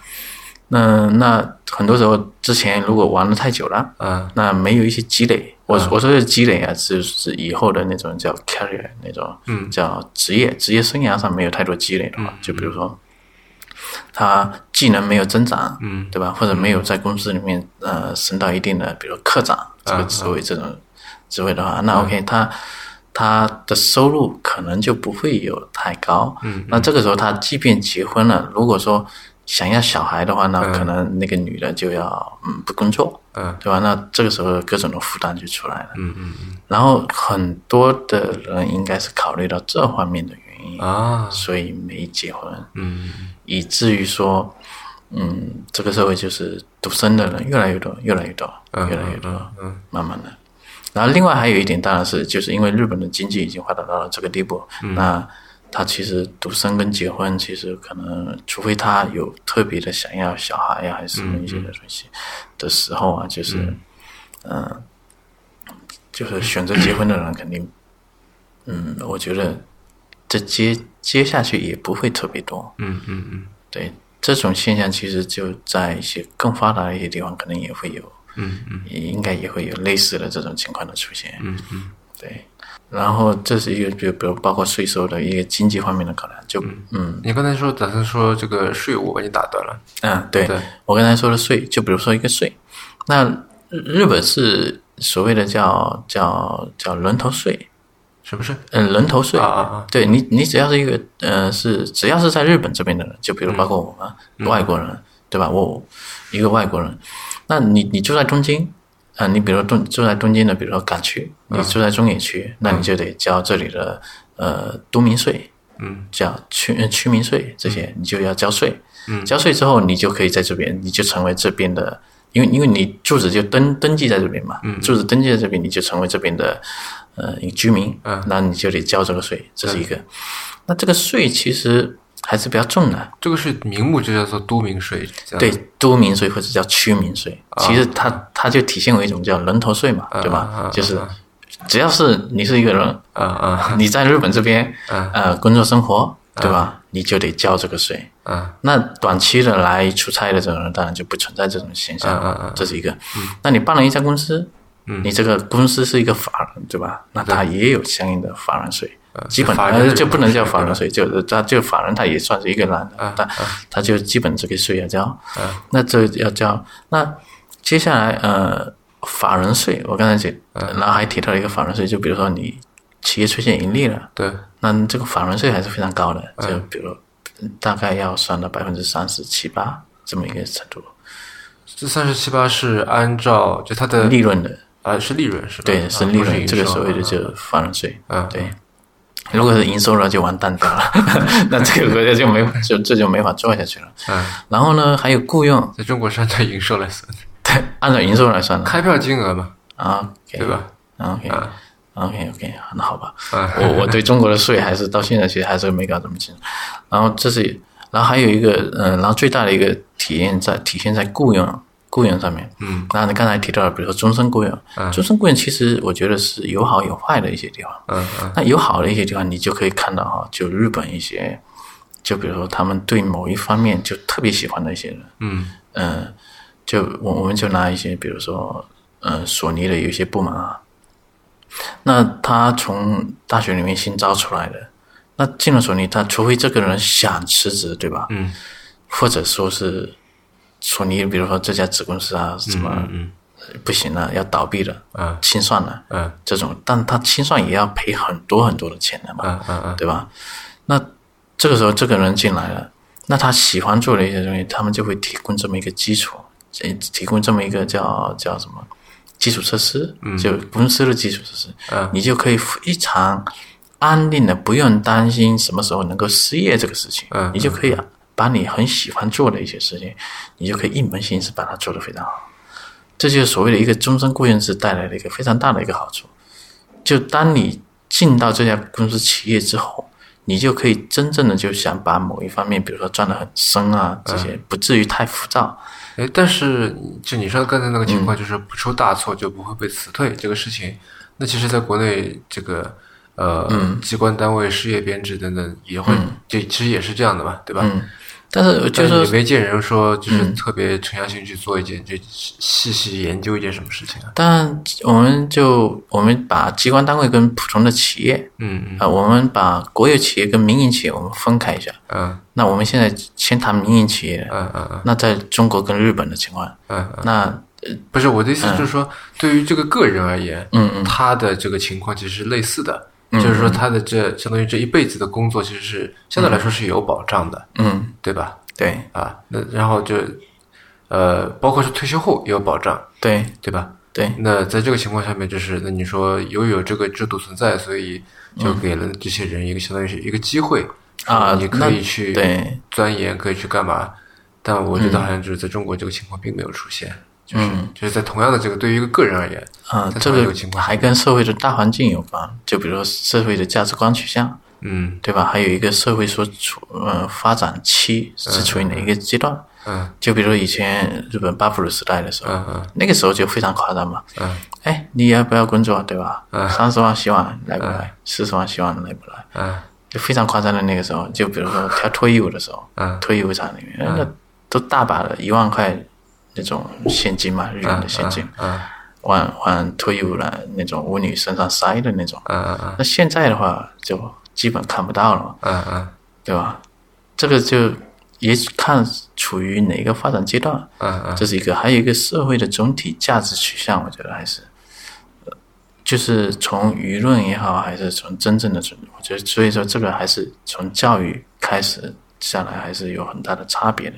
那那很多时候之前如果玩的太久了。
嗯
那没有一些积累。我、我说的积累啊，是指以后的那种叫 career 那种，
嗯
叫职业职业生涯上没有太多积累的话，就
嗯
比如说他技能没有增长，
嗯
对吧？或者没有在公司里面呃升到一定的，比如科长这
嗯
个职位这种职位的话，那 OK，他他的收入可能就不会有太高。嗯，那这个时候他即便结婚了，如果说想要小孩的话，那可能那个女的就要嗯不工作，
嗯
对吧？那这个时候各种的负担就出来了。
嗯嗯
然后很多的人应该是考虑到这方面的原因，
嗯啊，
所以没结婚，
嗯
以至于说，嗯，这个社会就是独生的人越来越多，越来越多，越来越多，慢慢的。然后另外还有一点，当然是就是因为日本的经济已经发展到了这个地步，那他其实独生跟结婚其实可能，除非他有特别的想要小孩呀、还是什么一些的东西的时候啊，就是，嗯、就是选择结婚的人肯定，嗯，我觉得这接接下去也不会特别多，
嗯嗯嗯
对这种现象，其实就在一些更发达的一些地方，可能也会有，
嗯嗯
也应该也会有类似的这种情况的出现。
嗯嗯
对，然后这是一个，就比如包括税收的一个经济方面的考量。就嗯
你刚才说打算说这个税务，我把你打断了。
嗯，对
对
我刚才说的税，就比如说一个税，那日日本是所谓的叫叫叫人头税，
什么是？
嗯，人头税
啊啊啊
对你，你只要是一个，呃，是只要是在日本这边的人，就比如包括我们、外国人，对吧？我一个外国人，那你你住在东京，啊、你比如说东住在东京的，比如说港区，你住在中野区，那你就得交这里的呃都民税，
嗯，
叫区呃区民税这些，你就要交税。嗯，交税之后，你就可以在这边，你就成为这边的，因为因为你住址就登登记在这边嘛，嗯，住址登记在这边，你就成为这边的呃一个居民，嗯，那你就得交这个税，这是一
嗯
个。那这个税其实还是比较重的，
这个是名目就叫做都民税，这样
对，都民税或者叫区民税，其实它它就体现为一种叫人头税嘛，对
啊啊啊
吧？就是只要是你是一个人，
啊啊
你在日本这边
嗯
呃工作生活，对吧？你就得交这个税。
啊
那短期的来出差的这种人，当然就不存在这种现象
嗯嗯嗯
了，这是一个。那你办了一家公司，你这个公司是一个法人，对吧？那他也有相应的法人税，基本
啊法人的
呃就不能叫
这
法
个
人税，就是他就法人他也算是一个人，
啊
他他就基本这个税要交。那这要交，那接下来呃法人税，我刚才讲，
啊
然后还提到了一个法人税，就比如说你企业出现盈利了。
对，
那这个法人税还是非常高的，
嗯
就比如大概要算到百分之三十七八这么一个程度，
这三十七八是按照就它的
利润的，
啊是利润是吧？
对，
啊
是利
不
润，
营
这个
收
所谓的
啊
就是法人税
嗯，
对。如果是营收了，就玩蛋掉 了，那这个国家就没法就这就没法做下去了。
嗯
然后呢，还有雇佣，
在中国是按照营收来算的，
对，按照营收来算的
开票金额嘛，
啊，
对吧？嗯
？OK OK OK，那好吧，
啊
我我对中国的税还是到现在其实还是没搞这么清楚。然后这是，然后还有一个，嗯、然后最大的一个体验在体现在雇佣雇佣上面。
嗯，
那你刚才提到了，比如说终身雇佣，终身雇佣其实我觉得是有好有坏的一些地方。
嗯嗯
那有好的一些地方，你就可以看到哈，就日本一些，就比如说他们对某一方面就特别喜欢的一些人，
嗯
嗯，就我我们就拿一些，比如说，呃，索尼的有一些部门啊，那他从大学里面新招出来的，那进了索尼，他除非这个人想辞职，对吧？
嗯
或者说是索尼，比如说这家子公司啊，什么
嗯嗯
不行了，要倒闭了，
啊
清算了，
嗯
这种，但他清算也要赔很多很多的钱的嘛。
嗯嗯
啊对吧？那这个时候这个人进来了，那他喜欢做的一些东西，他们就会提供这么一个基础，这提供这么一个叫叫什么基础设施，就公司的基础设施，
嗯
你就可以非常安定的，不用担心什么时候能够失业这个事情，
嗯
你就可以把你很喜欢做的一些事情，你就可以一门心思把它做得非常好。这就是所谓的一个终身雇佣制带来的一个非常大的一个好处。就当你进到这家公司企业之后，你就可以真正的就想把某一方面，比如说钻得很深啊，这些不至于太浮躁。
哎，但是就你说刚才那个情况，就是不出大错就不会被辞退这个事情，那其实在国内这个呃、机关单位、事业编制等等也会，就其实也是这样的嘛，对吧？
嗯但是就
但嗯是
是
嗯
说
也没见人说就是特别沉下心去做一件，就细细研究一件什么事情啊？
但我们就我们把机关单位跟普通的企业
嗯
啊、我们把国有企业跟民营企业我们分开一下。
嗯
那我们现在先谈民营企业，
嗯嗯嗯
那在中国跟日本的情况，
嗯，
那
嗯，不是我的意思就是说，对于这个个人而言，嗯嗯，他的这个情况其实是类似的，就是说他的这相当于这一辈子的工作其实是相对来说是有保障的，
嗯，
对吧？
对
啊，那然后就呃，包括是退休后也有保障，
对
对吧？
对，
那在这个情况下面，就是那你说由于有这个制度存在，所以就给了这些人一个相当于是一个机会
嗯啊
你可
那
以去
对嗯
钻研，可以去干嘛？但我觉得好像就是在中国这个情况并没有出现，就是就是在同样的这个对于一个个人而言，
啊、
在
这
同样
个
个情况下，
还跟社会的大环境有关，就比如说社会的价值观取向，
嗯
对吧？还有一个社会所处呃发展期是处于哪一个阶段？
嗯
就比如以前日本巴布鲁时代的时候，
嗯嗯
那个时候就非常夸张嘛。
嗯
哎，你要不要工作，对吧？
嗯
三十万希望来不来？四十万希望来不来？
嗯
就非常夸张的那个时候，就比如说跳脱衣舞的时候，
嗯
脱衣舞场里面那都大把的，一万块那种现金嘛，日元的现金，
嗯
往往脱衣舞的那种舞女身上塞的那种。
嗯嗯
那现在的话，就基本看不到了嘛。
嗯嗯
对吧？这个就也看处于哪个发展阶段，
嗯嗯
这是一个，还有一个社会的总体价值取向，我觉得还是，呃就是从舆论也好，啊还是从真正的从，我觉得所以说这个还是从教育开始下来，还是有很大的差别的。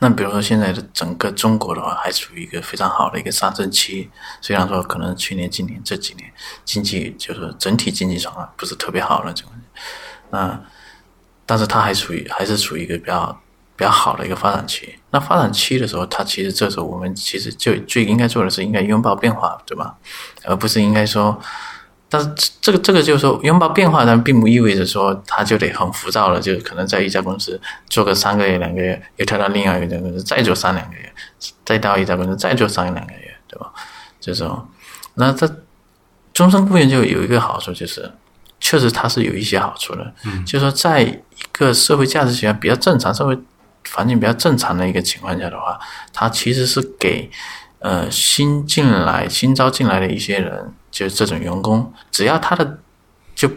那比如说现在的整个中国的话，还处于一个非常好的一个上升期，虽然说可能去年、今年这几年经济就是整体经济状况不是特别好了，这个那但是它还处于还是处于一个比较比较好的一个发展期。那发展期的时候，它其实这时候我们其实就最应该做的是应该拥抱变化，对吧？而不是应该说，但是这这个这个就是说拥抱变化，但并不意味着说他就得很浮躁了，就可能在一家公司做个三个月、两个月，又跳到另外一家公司再做三两个月，再到一家公司再做三两个月，对吧？这种，那它终身雇佣就有一个好处就是，确实它是有一些好处的，嗯，就是说在一个社会价值学比较正常、社会环境比较正常的一个情况下的话，它其实是给呃新进来、新招进来的一些人，就是这种员工，只要他的就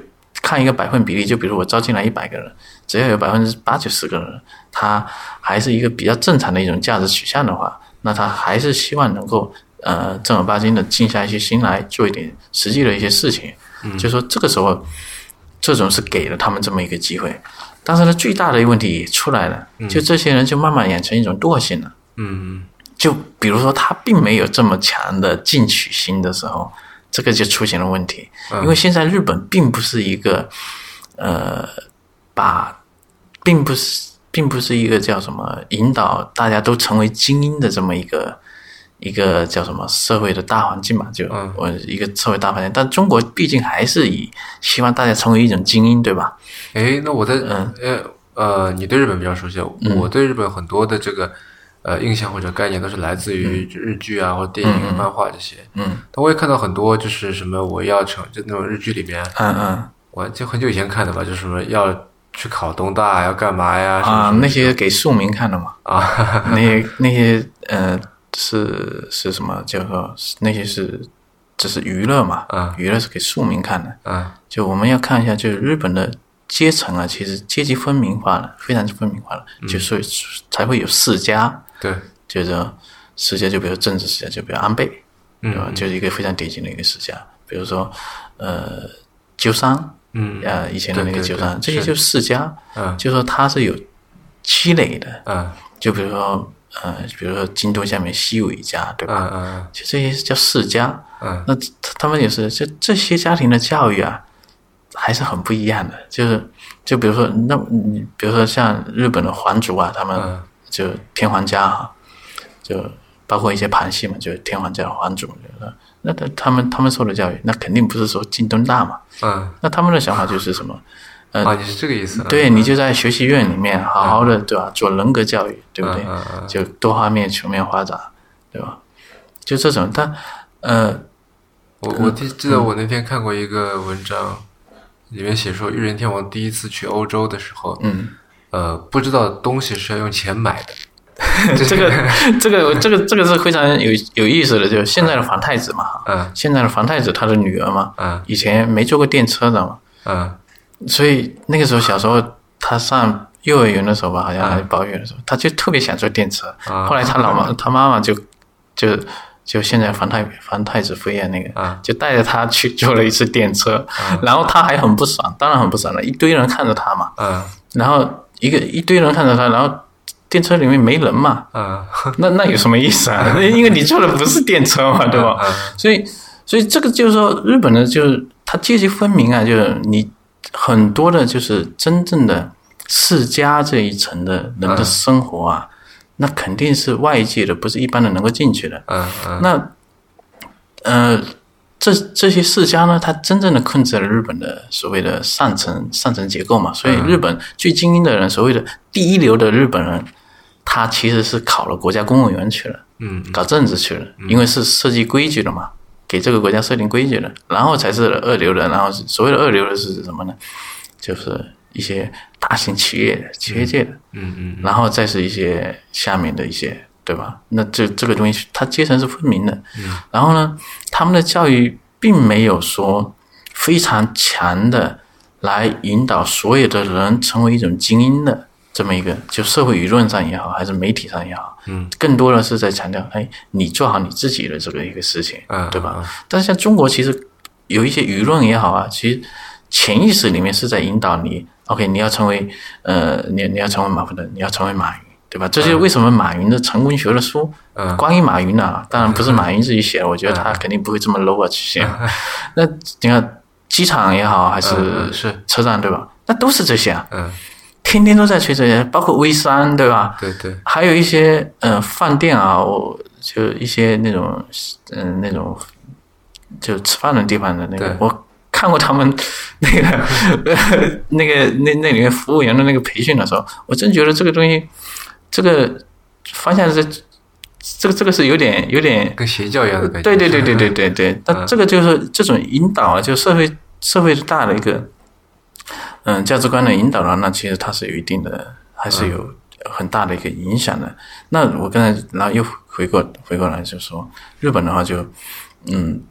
看一个百分比例，就比如我招进来一百个人，只要有百分之八九十个人，他还是一个比较正常的一种价值取向的话，那他还是希望能够呃正儿八经的静下一些心来做一点实际的一些事情。嗯、就说这个时候，这种是给了他们这么一个机会，但是呢，最大的一个问题也出来了，就这些人就慢慢养成一种惰性了。
嗯
就比如说他并没有这么强的进取心的时候，这个就出现了问题。因为现在日本并不是一个，呃，把，并不是，并不是一个叫什么引导大家都成为精英的这么一个一个叫什么社会的大环境嘛，就我一个社会大环境。但中国毕竟还是以希望大家成为一种精英，对吧？嗯
哎，那我在呃呃，你对日本比较熟悉，我对日本很多的这个呃印象或者概念都是来自于日剧啊、或者电影、漫画这些。
嗯，
但我也看到很多就是什么我要成就那种日剧里面，
嗯嗯
我就很久以前看的吧，就是什么要去考东大要干嘛呀什么
啊
什，么
那些给庶民看的嘛，
啊，
那些那些呃是是什么叫做那些是只是娱乐嘛，
嗯
娱乐是给庶民看的，
嗯
就我们要看一下，就是日本的阶层啊，其实阶级分明化了，非常分明化了，
嗯
就所以才会有世家，
对，
就是世家，就比如政治世家，就比如安倍，
嗯
对吧？就是一个非常典型的一个世家，比如说呃鸠山，
嗯
呃以前的那个
对对
鸠山，
对
这些就是世家，
嗯
就说它是有积累的，
嗯
就比如说呃，比如说京都下面西尾家，对吧？
嗯嗯
就这些叫世家，
嗯，
那他他们也是，就这些家庭的教育啊，还是很不一样的。就是，就比如说，那你比如说像日本的皇族啊，他们
嗯
就天皇家啊，就包括一些旁系嘛，就是天皇家皇族，就是那他他们他们受的教育，那肯定不是说京东大嘛，
嗯
那他们的想法就是什么？
嗯啊，你是这个意思？
对你就在学习院里面好好的，对吧？做人格教育，对不对？
嗯嗯
就多方面、全面发展，对吧？就这种，但 呃，
我我记记
嗯
得我那天看过一个文章，里面写说，裕仁天王第一次去欧洲的时候，
嗯，
呃，不知道东西是要用钱买的，
这个这个这个这个是非常有有意思的，就是现在的皇太子嘛，
嗯
现在的皇太子他的女儿嘛，
嗯
以前没坐过电车的嘛，
嗯
所以那个时候小时候他上幼儿园的时候吧，好像还是保育的时候，他就特别想坐电车，
啊
后来他 老妈他妈妈就就就现在皇太皇太子妃啊那个，
啊
就带着他去坐了一次电车，然后他还很不爽，当然很不爽了，一堆人看着他嘛，
嗯
然后一个一堆人看着他，然后电车里面没人嘛，
嗯
那那有什么意思啊？那因为你坐的不是电车嘛，对吧？所以，所以这个就是说，日本的就是它阶级分明啊，就是你很多的，就是真正的世家这一层的人的生活啊，那肯定是外界的，不是一般的能够进去的。
嗯嗯
那，呃，这这些世家呢，它真正的控制了日本的所谓的上层上层结构嘛，所以
嗯
日本最精英的人，所谓的第一流的日本人，他其实是考了国家公务员去了，
嗯，
搞政治去了，因为是设计规矩的嘛，给这个国家设定规矩的，然后才是二流的，然后是所谓的二流的是什么呢？就是一些大型企业企业界的，
嗯嗯
然后再是一些下面的一些，对吧？那这这个东西，它阶层是分明的。
嗯
然后呢，他们的教育并没有说非常强的来引导所有的人成为一种精英的这么一个，就社会舆论上也好，还是媒体上也好，
嗯，
更多的是在强调，哎，你做好你自己的这个一个事情，
嗯，
对吧？但是像中国，其实有一些舆论也好啊，其实潜意识里面是在引导你，OK，你要成为呃，你你要成为马化腾，你要成为马云，对吧？这就是为什么马云的成功学的书，
嗯
关于马云的啊，当然不是马云自己写的，我觉得他肯定不会这么 low 啊去写。那你看机场也好，还
嗯
是
嗯是
车站对吧？那都是这些啊，
嗯，
天天都在吹这些，包括微商对吧？
对对，
还有一些呃饭店啊，我就一些那种嗯、呃那种就吃饭的地方的那个
对，
我看过他们 那个呃那个那那里面服务员的那个培训的时候，我真觉得这个东西这个方向是这个这个是有点有点
跟邪教一样的嗯感觉。
呃对对对对对对对，那这个就是这种引导啊，就社会社会大的一个嗯价值观的引导了，那其实它是有一定的，还
嗯
是有很大的一个影响的。那我刚才然后又回过回过来就说日本的话就嗯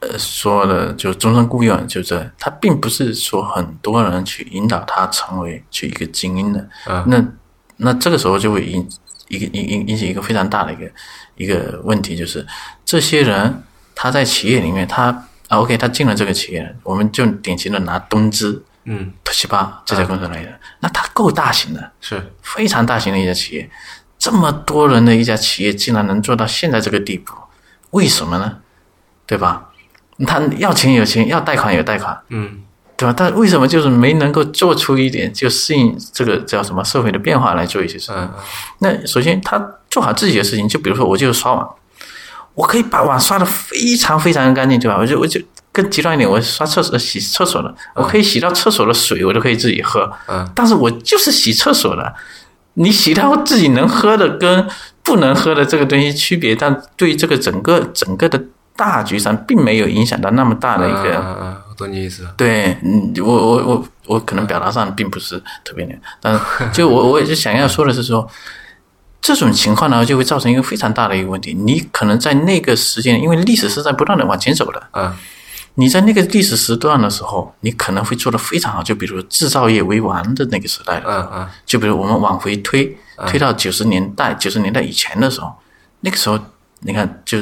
呃说了就终身雇佣，就这，他并不是说很多人去引导他成为去一个精英的，
嗯
那那这个时候就会引一个引引引起一个非常大的一个一个问题，就是这些人他在企业里面，他啊 OK，他进了这个企业，我们就典型的拿东芝、
嗯，
特西巴这家公司来的，那它够大型的，
是，
非常大型的一家企业，这么多人的一家企业，竟然能做到现在这个地步，为什么呢？对吧？他要钱有钱，要贷款有贷款，
嗯
对吧？但为什么就是没能够做出一点就适应这个叫什么社会的变化来做一些事？
嗯
那首先他做好自己的事情，就比如说我就是刷碗，我可以把碗刷的非常非常干净，对吧？我就我就更极端一点，我刷厕所洗厕所的，我可以洗到厕所的水，我都可以自己喝。
嗯
但是我就是洗厕所的，你洗到自己能喝的跟不不能喝的这个东西区别，但对这个整个整个的大局上并没有影响到那么大的一个。
啊啊啊我懂你意思了。
对，嗯，我我我我可能表达上并不是特别那个，但是就我我也是想要说的是说，这种情况呢就会造成一个非常大的一个问题，你可能在那个时间，因为历史是在不断的往前走的，
嗯
你在那个历史时段的时候，你可能会做得非常好，就比如制造业为王的那个时代
嗯
了，
嗯
就比如我们往回推，推到九十年代、九十年代以前的时候，那个时候你看就，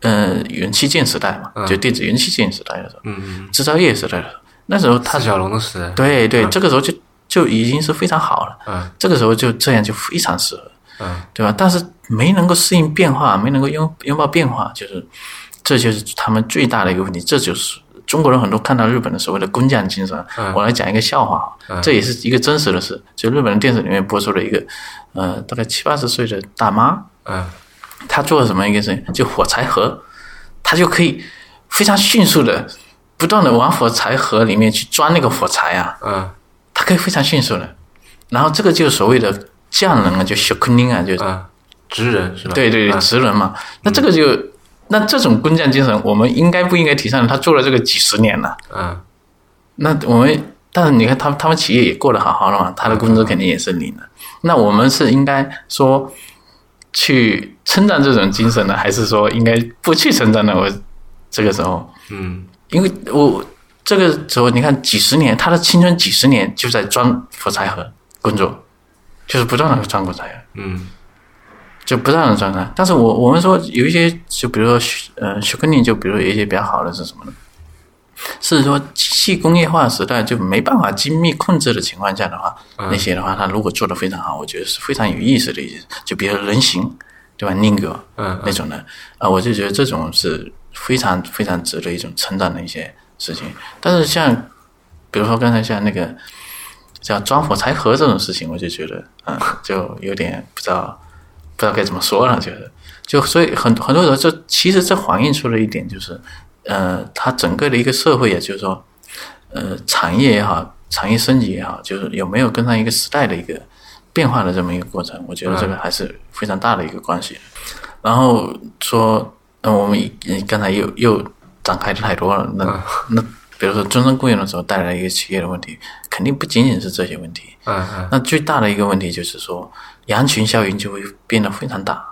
呃，元器件时代嘛，就电子元器件时代的时候，
嗯，
制造业时代的时候，那时候它
四小龙的时代。
对对，这个时候就就已经是非常好了，
嗯
这个时候就这样就非常适合，
嗯
对吧？但是没能够适应变化，没能够拥拥抱变化，就是这就是他们最大的一个问题。这就是中国人很多看到日本的所谓的工匠精神。
嗯
我来讲一个笑话啊，这也是一个真实的事，就日本的电视里面播出了一个，呃，大概七八十岁的大妈，
嗯
她做了什么一个事情？就火柴盒，她就可以非常迅速的不断的往火柴盒里面去装那个火柴啊，
嗯
它可以非常迅速的。然后这个就是所谓的匠人啊，就 shokunin 啊，就是
嗯，职人是吧？
对对对，
嗯
职人嘛。那这个就那这种工匠精神，我们应该不应该提倡？他做了这个几十年了，
嗯
那我们但是你看他他们企业也过得好好的嘛，他的工资肯定也是领的。那我们是应该说去称赞这种精神呢，还是说应该不去称赞呢？我这个时候，
嗯
因为我这个时候，你看几十年，他的青春几十年就在装火柴盒工作，就是不断的装火柴盒，
嗯
就不断的装它。但是我我们说有一些，就比如说呃，学科林，就比如有一些比较好的是什么呢？是说机器工业化时代就没办法精密控制的情况下的话，
嗯
那些的话，它如果做得非常好，我觉得是非常有意思的一些，就比如人形，对吧？宁哥，
嗯
那种的啊、我就觉得这种是非常非常值得一种成长的一些事情。但是像比如说刚才像那个像装火柴盒这种事情，我就觉得嗯，就有点不知道不知道该怎么说了，觉得就所以很很多时候这其实这反映出了一点就是，呃，它整个的一个社会，也就是说，呃，产业也好，产业升级也好，就是有没有跟上一个时代的一个变化的这么一个过程，我觉得这个还是非常大的一个关系。然后说，那、我们呃刚才又又展开的太多了，那、那比如说终身雇佣的时候带来一个企业的问题，肯定不仅仅是这些问题。
嗯嗯
那最大的一个问题就是说，羊群效应就会变得非常大，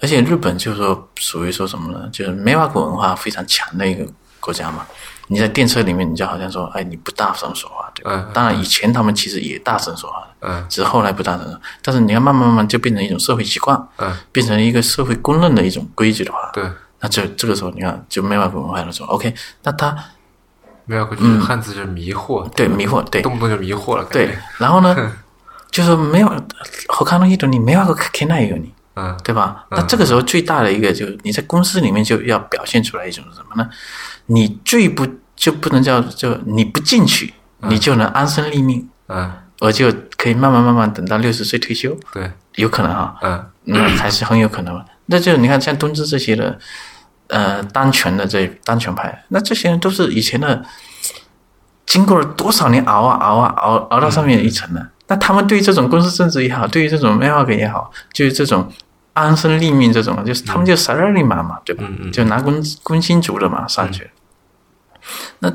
而且日本就是说属于说什么呢？就是美法国文化非常强的一个国家嘛。你在电车里面，你就好像说，哎，你不大声说话，对吧
嗯？
当然，以前他们其实也大声说话的，
嗯
只是后来不大声了。但是你看，慢慢慢慢就变成一种社会习惯，
嗯，
变成一个社会公认的一种规矩的话，
对，
那这这个时候你看，就美法国文化的时候，OK，那他
没有，
嗯
就是汉字就是迷惑，
对迷惑，对
动不动就迷惑了，感
对
觉，
然后呢，就是没有好看的一种，你没有个看那有你，
嗯
对吧？那这个时候最大的一个就是你在公司里面就要表现出来一种什么呢？你最不就不能叫就你不进去，你就能安身立命，
嗯，
我就可以慢慢慢慢等到六十岁退休，
对，
有可能啊，
嗯
嗯，还是很有可能嘛。那就你看，像东芝这些的，呃，单权的这单权派，那这些人都是以前的，经过了多少年熬啊熬啊熬，熬到上面一层了。那他们对于这种公司政治也好，对于这种 m a r k 也好，就是这种安身立命这种，就是他们就 salary 嘛嘛，对吧？
嗯嗯
就拿工工薪族的嘛上去。那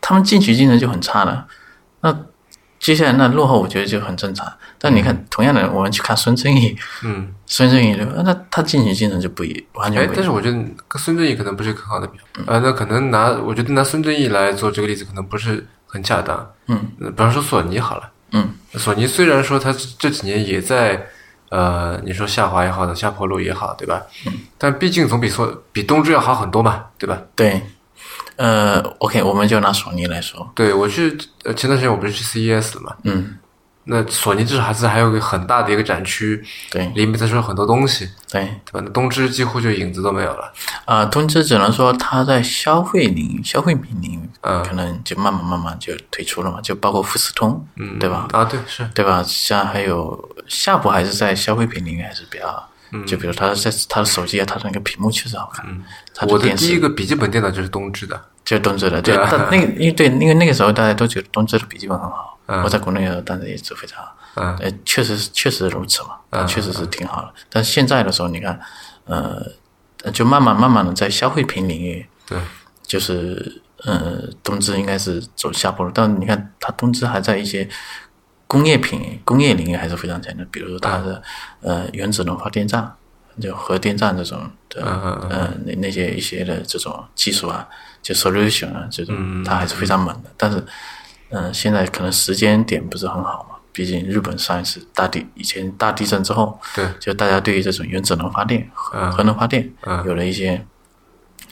他们进取精神就很差了，那接下来那落后，我觉得就很正常。但你看，同样的，我们去看孙正义。
嗯，
孙正义的，那他进取精神就不一，完
哎
全，不
但
一
是
样。
我觉得孙正义可能不是一个很好的比方，
嗯
呃，那可能拿我觉得拿孙正义来做这个例子可能不是很恰当，
嗯
呃，比方说索尼好了，
嗯，
索尼虽然说它这几年也在。呃，你说下滑也好，下坡路也好，对吧？
嗯
但毕竟总比说比东芝要好很多嘛，对吧？
对，呃，OK，我们就拿索尼来说，
对我去，呃，前段时间我不是去 CES 了嘛，
嗯，
那索尼至少还是还有一个很大的一个展区，
对
里面在说很多东西，
对，
对吧？那东芝几乎就影子都没有了。
啊、通知只能说他在消费领域、消费品领域，
嗯
可能就慢慢慢慢就退出了嘛，就包括富士通，嗯，对吧？
啊，对，是，
对吧？像还有夏普还是在消费品领域还是比较，
嗯
就比如他在他的手机啊，他的那个屏幕确实好看，他
我的
电
第
视啊
一个笔记本电脑就是东芝的，
就东芝的，对，
对啊
但那个因为对，因为那个时候大家都觉得东芝的笔记本很好，
嗯
我在国内的时候当时也是非常好，
嗯
呃，确实是确实如此嘛，
嗯
确实是挺好的。但现在的时候，你看，呃，就慢慢慢慢的在消费品领域，
对，
就是呃，东芝应该是走下坡路，但你看它东芝还在一些工业品、工业领域还是非常强的，比如说它的、
嗯
呃原子能发电站，就核电站这种的，
嗯嗯嗯
呃那那些一些的这种技术啊，就 solution 啊这
嗯
种，它还是非常猛的。但是，嗯、现在可能时间点不是很好嘛，毕竟日本上一次大地以前大地震之后，
对
就大家对于这种原子能发电、核核能发电
嗯
有了一些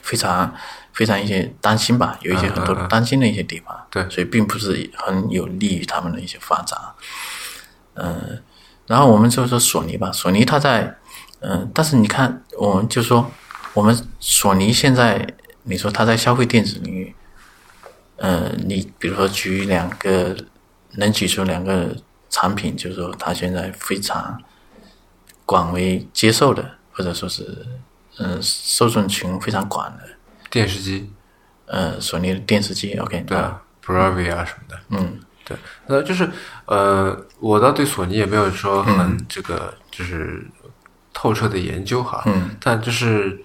非常非常一些担心吧，有一些很多担心的一些地方，
对
所以并不是很有利于他们的一些发展。嗯然后我们就说索尼吧，索尼它在，嗯、但是你看，我们就说，我们索尼现在，你说它在消费电子领域，呃，你比如说举两个，能举出两个产品，就是说它现在非常广为接受的，或者说是，嗯、受众群非常广的，
电视机，
呃，索尼的电视机，OK，
对啊，Bravia 啊什么的，
嗯，
对，那就是呃，我倒对索尼也没有说
嗯
很这个就是透彻的研究哈，
嗯，
但就是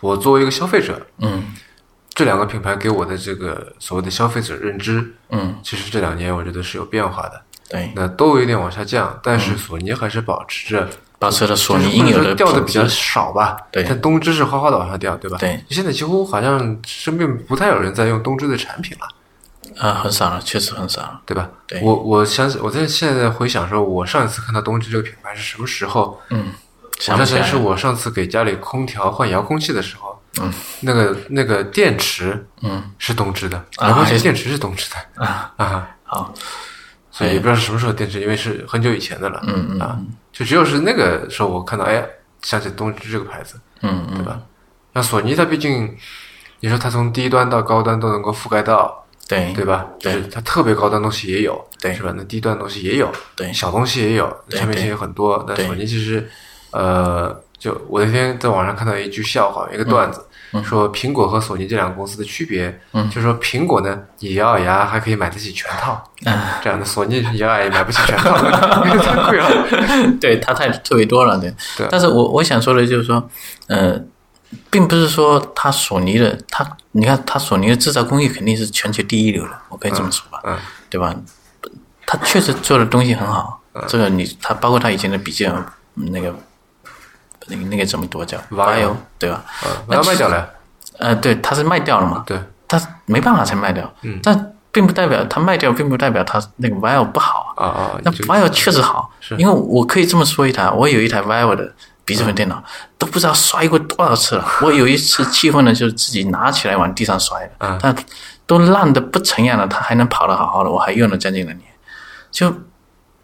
我作为一个消费者，
嗯，
这两个品牌给我的这个所谓的消费者认知，
嗯，
其实这两年我觉得是有变化的，
对，
那都有一点往下降，但
嗯
是索尼还是保持着。
保持了索尼
就
应
是
有
或者说
的
掉的
品
比
质
较少吧，
对
但东芝是哗哗的往下掉，对吧？
对，
现在几乎好像身边不太有人在用东芝的产品了，
啊、很少了，确实很少了，
对吧？
对
我我想起我在现在回想说，我上一次看到东芝这个品牌是什么时候？
嗯，
我
想
相
不起来
信
了
是我上次给家里空调换遥控器的时候，
嗯，
那个那个电池，
嗯，
是东芝的，遥控器电池是东芝的
啊
啊，
好，
所以也不知道是什么时候电池，因为是很久以前的了，
嗯嗯
啊，就只有是那个时候我看到，哎呀，想起东芝这个牌子，
嗯
对
嗯，
吧？那索尼它毕竟，你说它从低端到高端都能够覆盖到，
对
对吧？
对
就是它特别高端东西也有，
对
是吧？那低端东西也有，
对
小东西也有，
对
产品线有很多。那
对
索尼其实，呃，就我那天在网上看到一句笑话，一
嗯
个段子。说苹果和索尼这两个公司的区别，
嗯
就是说苹果呢，你咬咬牙还可以买得起全 套，
啊
这样的索尼咬咬牙也买不起全套， 因为太贵 了。嗯
对，它太特别多了，对。
对
但是我我想说的就是说，呃，并不是说它索尼的，它你看它索尼的制造工艺肯定是全球第一流的，我可以这么说吧，
嗯
对吧？它确实做的东西很好，
嗯
这个你它包括它以前的笔记本嗯那个那个那个怎么多叫
Vio
对吧？
嗯我要卖掉了，
呃，对，它是卖掉了嘛，
对，
它没办法才卖掉，但并不代表它卖掉，并不代表它那个 Vio 不好
啊
啊。
啊，
那
就
Vivo 确实好，因为我可以这么说一台，我有一台 Vivo 的笔记本电脑，都不知道摔过多少次了。我有一次气愤的就是自己拿起来往地上摔的，它都烂的不成样了，它还能跑得好好的，我还用了将近两年，就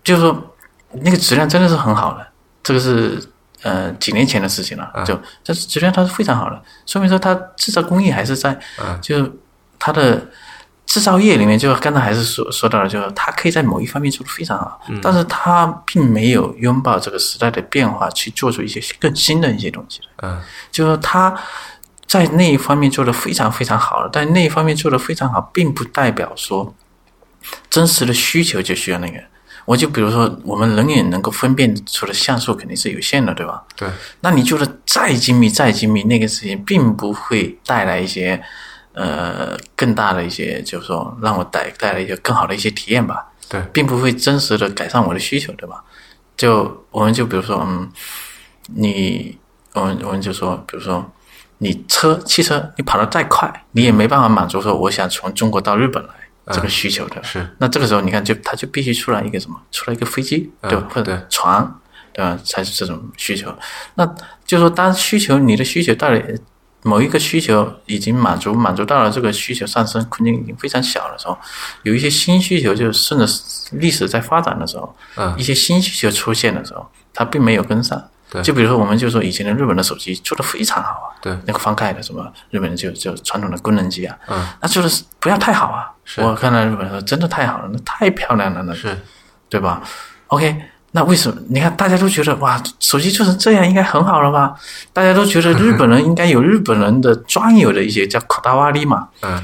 就是说那个质量真的是很好的，这个是呃几年前的事情了，就但是质量它是非常好的，说明说它制造工艺还是在，就是它的制造业里面，就刚才还是说说到了，就是它可以在某一方面做得非常好，但是它并没有拥抱这个时代的变化去做出一些更新的一些东西来。
嗯
就是他在那一方面做的非常非常好，但那一方面做的非常好，并不代表说真实的需求就需要那个。我就比如说，我们人眼能够分辨出的像素肯定是有限的，对吧？
对，
那你做的再精密再精密，那个事情并不会带来一些呃更大的一些，就是说让我带带来一个更好的一些体验吧。
对
并不会真实的改善我的需求，对吧？就我们就比如说，嗯，你我们我们就说，比如说你车汽车你跑得再快，你也没办法满足说我想从中国到日本来。这个需求对吧？
是
那这个时候，你看就，它就必须出来一个什么？出来一个飞机，对吧？
嗯
或
对
者船，对吧？才是这种需求。那就说，当需求你的需求到底某一个需求已经满足，满足到了这个需求上升空间已经非常小的时候，有一些新需求，就是顺着历史在发展的时候，
嗯
一些新需求出现的时候，它并没有跟上。
对
就比如说我们就说以前的日本的手机做的非常好啊，
对
那个翻盖的什么日本的就就传统的功能机啊，
嗯，
那就是不要太好啊。
是
我看到日本人说真的太好了，那太漂亮了，那
是
对吧？OK，那为什么？你看大家都觉得哇，手机做成这样应该很好了吧？ 大家都觉得日本人应该有日本人的专有的一些叫口袋瓦力嘛，
嗯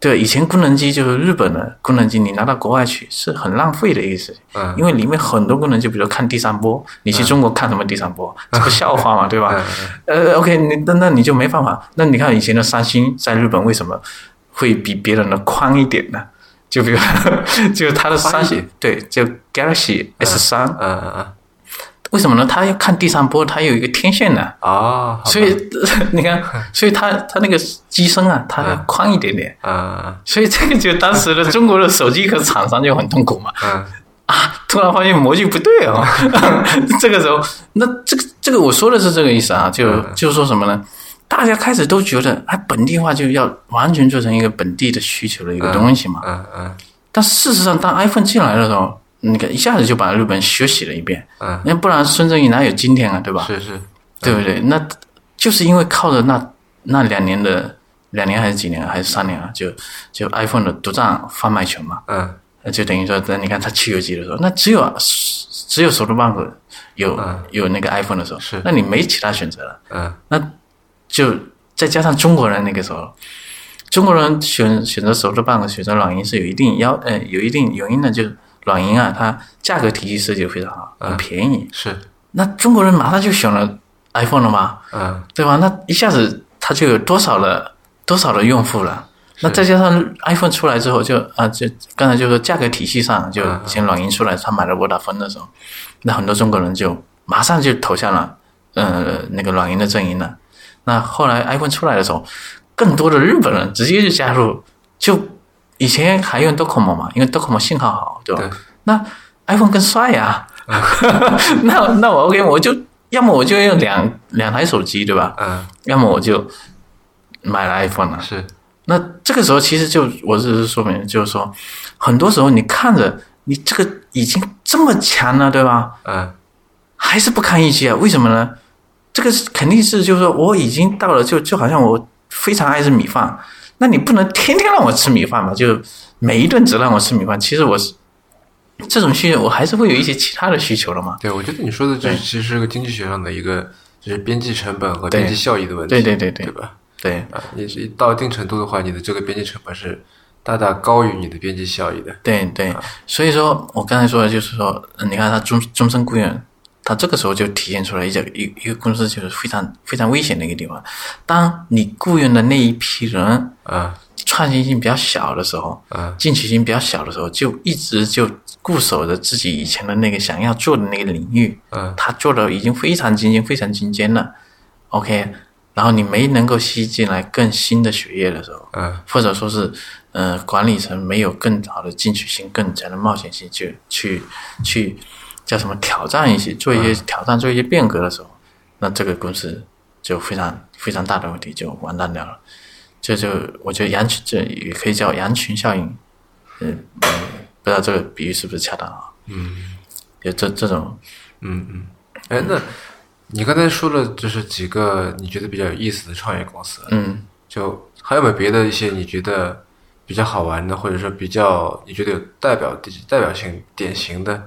对，以前功能机就是日本的功能机，你拿到国外去是很浪费的一个事情，
嗯
因为里面很多功能，就比如看第三波，你去中国看什么第三波，
嗯
这不笑 话嘛，对吧？呃，OK，你那那你就没办法。那你看以前的三星在日本为什么会比别人的宽一点呢？就比如， 就是它的三
宽一
星，对，就 Galaxy S 三、
嗯嗯
为什么呢？它要看第三波，它有一个天线呢、
嗯啊，
所以 你看，所以它它那个机身啊，它宽一点点。
嗯
所以这个就当时的中国的手机和厂商就很痛 苦嘛
嗯
啊！突然发现模具不对哦， 这个时候，那这个这个我说的是这个意思啊，就
嗯
就是说什么呢？大家开始都觉得，哎，本地化就要完全做成一个本地的需求的一个东西嘛。
嗯嗯
但事实上，当 iPhone 进来的时候，那个一下子就把日本学习了一遍，
嗯，
那不然孙正义哪有今天啊，对吧？
是是，
对不对？那就是因为靠着那那两年的两年还是几年还是三年啊，就就 iPhone 的独占贩卖权嘛，
嗯
那就等于说，那你看它汽油机的时候，那只有只有 SoftBank 有、有那个 iPhone 的时候，
是
那你没其他选择了，
嗯
那就再加上中国人那个时候。中国人选选择 SoftBank 选择软银是有一定要呃有一定原因的，就是软银啊，它价格体系设计得非常好，很便宜。
是，
那中国人马上就选了 iPhone 了嘛，
嗯
对吧？那一下子它就有多少的多少的用户了？那再加上 iPhone 出来之后就，啊，就刚才就说价格体系上，就以前软银出来，他买了沃达丰的时候，那很多中国人就马上就投向了呃那个软银的阵营了。那后来 iPhone 出来的时候，更多的日本人直接就加入，就以前还用 Docomo 嘛，因为 Docomo 信号好，对吧？
对
那 iPhone 更帅呀、那那我 OK，我就要么我就用两两台手机，对吧？
嗯
要么我就买了 iPhone 了。
是，
那这个时候其实就我只是说明，就是说，很多时候你看着你这个已经这么强了，对吧？
嗯
还是不堪一击啊？为什么呢？这个是肯定是就是说我已经到了就，就好像我非常爱吃米饭，那你不能天天让我吃米饭吧？就每一顿只让我吃米饭，其实我是这种需求，我还是会有一些其他的需求的嘛。
对，我觉得你说的这其实是个经济学上的一个，就是边际成本和边际效益的问题，
对对对对
对吧？
对
啊，你是到一定程度的话，你的这个边际成本是大大高于你的边际效益的。
对对，所以说我刚才说的就是说，呃你看他终终身雇佣，他这个时候就体现出来一家一一个公司就是非常非常危险的一个地方。当你雇佣的那一批人
啊
创新性比较小的时候，
啊
进取心比较小的时候，就一直就固守着自己以前的那个想要做的那个领域，
嗯
他做的已经非常精尖、非常精尖了。OK，然后你没能够吸进来更新的血液的时候，
嗯
或者说是，呃，管理层没有更好的进取心、更强的冒险性，去去去叫什么挑战一些，做一
嗯
些挑战、做一些变革的时候，那这个公司就非常非常大的问题就完蛋掉了。这就我觉得羊群，这也可以叫羊群效应，嗯，嗯不知道这个比喻是不是恰当啊？嗯，就这这种，
嗯嗯，哎，那你刚才说了，就是几个你觉得比较有意思的创业公司，
嗯
就还有没有别的一些你觉得比较好玩的，或者说比较你觉得有代表代表性、典型的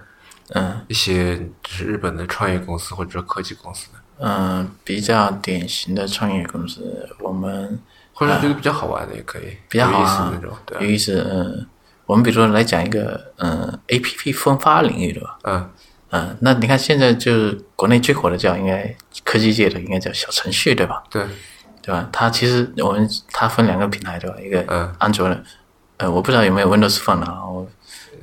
嗯
一些就是日本的创业公司或者说科技公司呢？
嗯、呃比较典型的创业公司，我们
或者觉得比较好玩的也可以，
比较好
有意思
啊
的那种，对
有
啊，
意思。嗯，我们比如说来讲一个嗯 A P P 分发领域的吧。
嗯
嗯，那你看现在就是国内最火的叫应该科技界的应该叫小程序对吧？
对，
对吧？它其实我们它分两个平台对吧？一个
嗯
安卓的，呃，我不知道有没有 Windows Phone 啊，我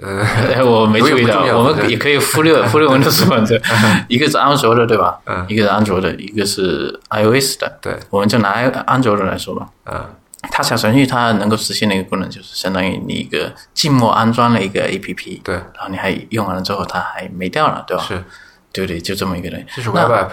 嗯
哎， 我没注意到
不重，要
我
对
们也可以忽略忽略 Windows Phone 的，
嗯
一个是安卓的对吧？一个是安卓的，一个是 iOS 的。
对，
我们就拿安卓的来说吧。
嗯
它小程序它能够实现的一个功能，就是相当于你一个静默安装了一个 APP，
对，
然后你还用完了之后它还没掉了，对吧？
是，
对对，就这么一个人。
这是 Web App，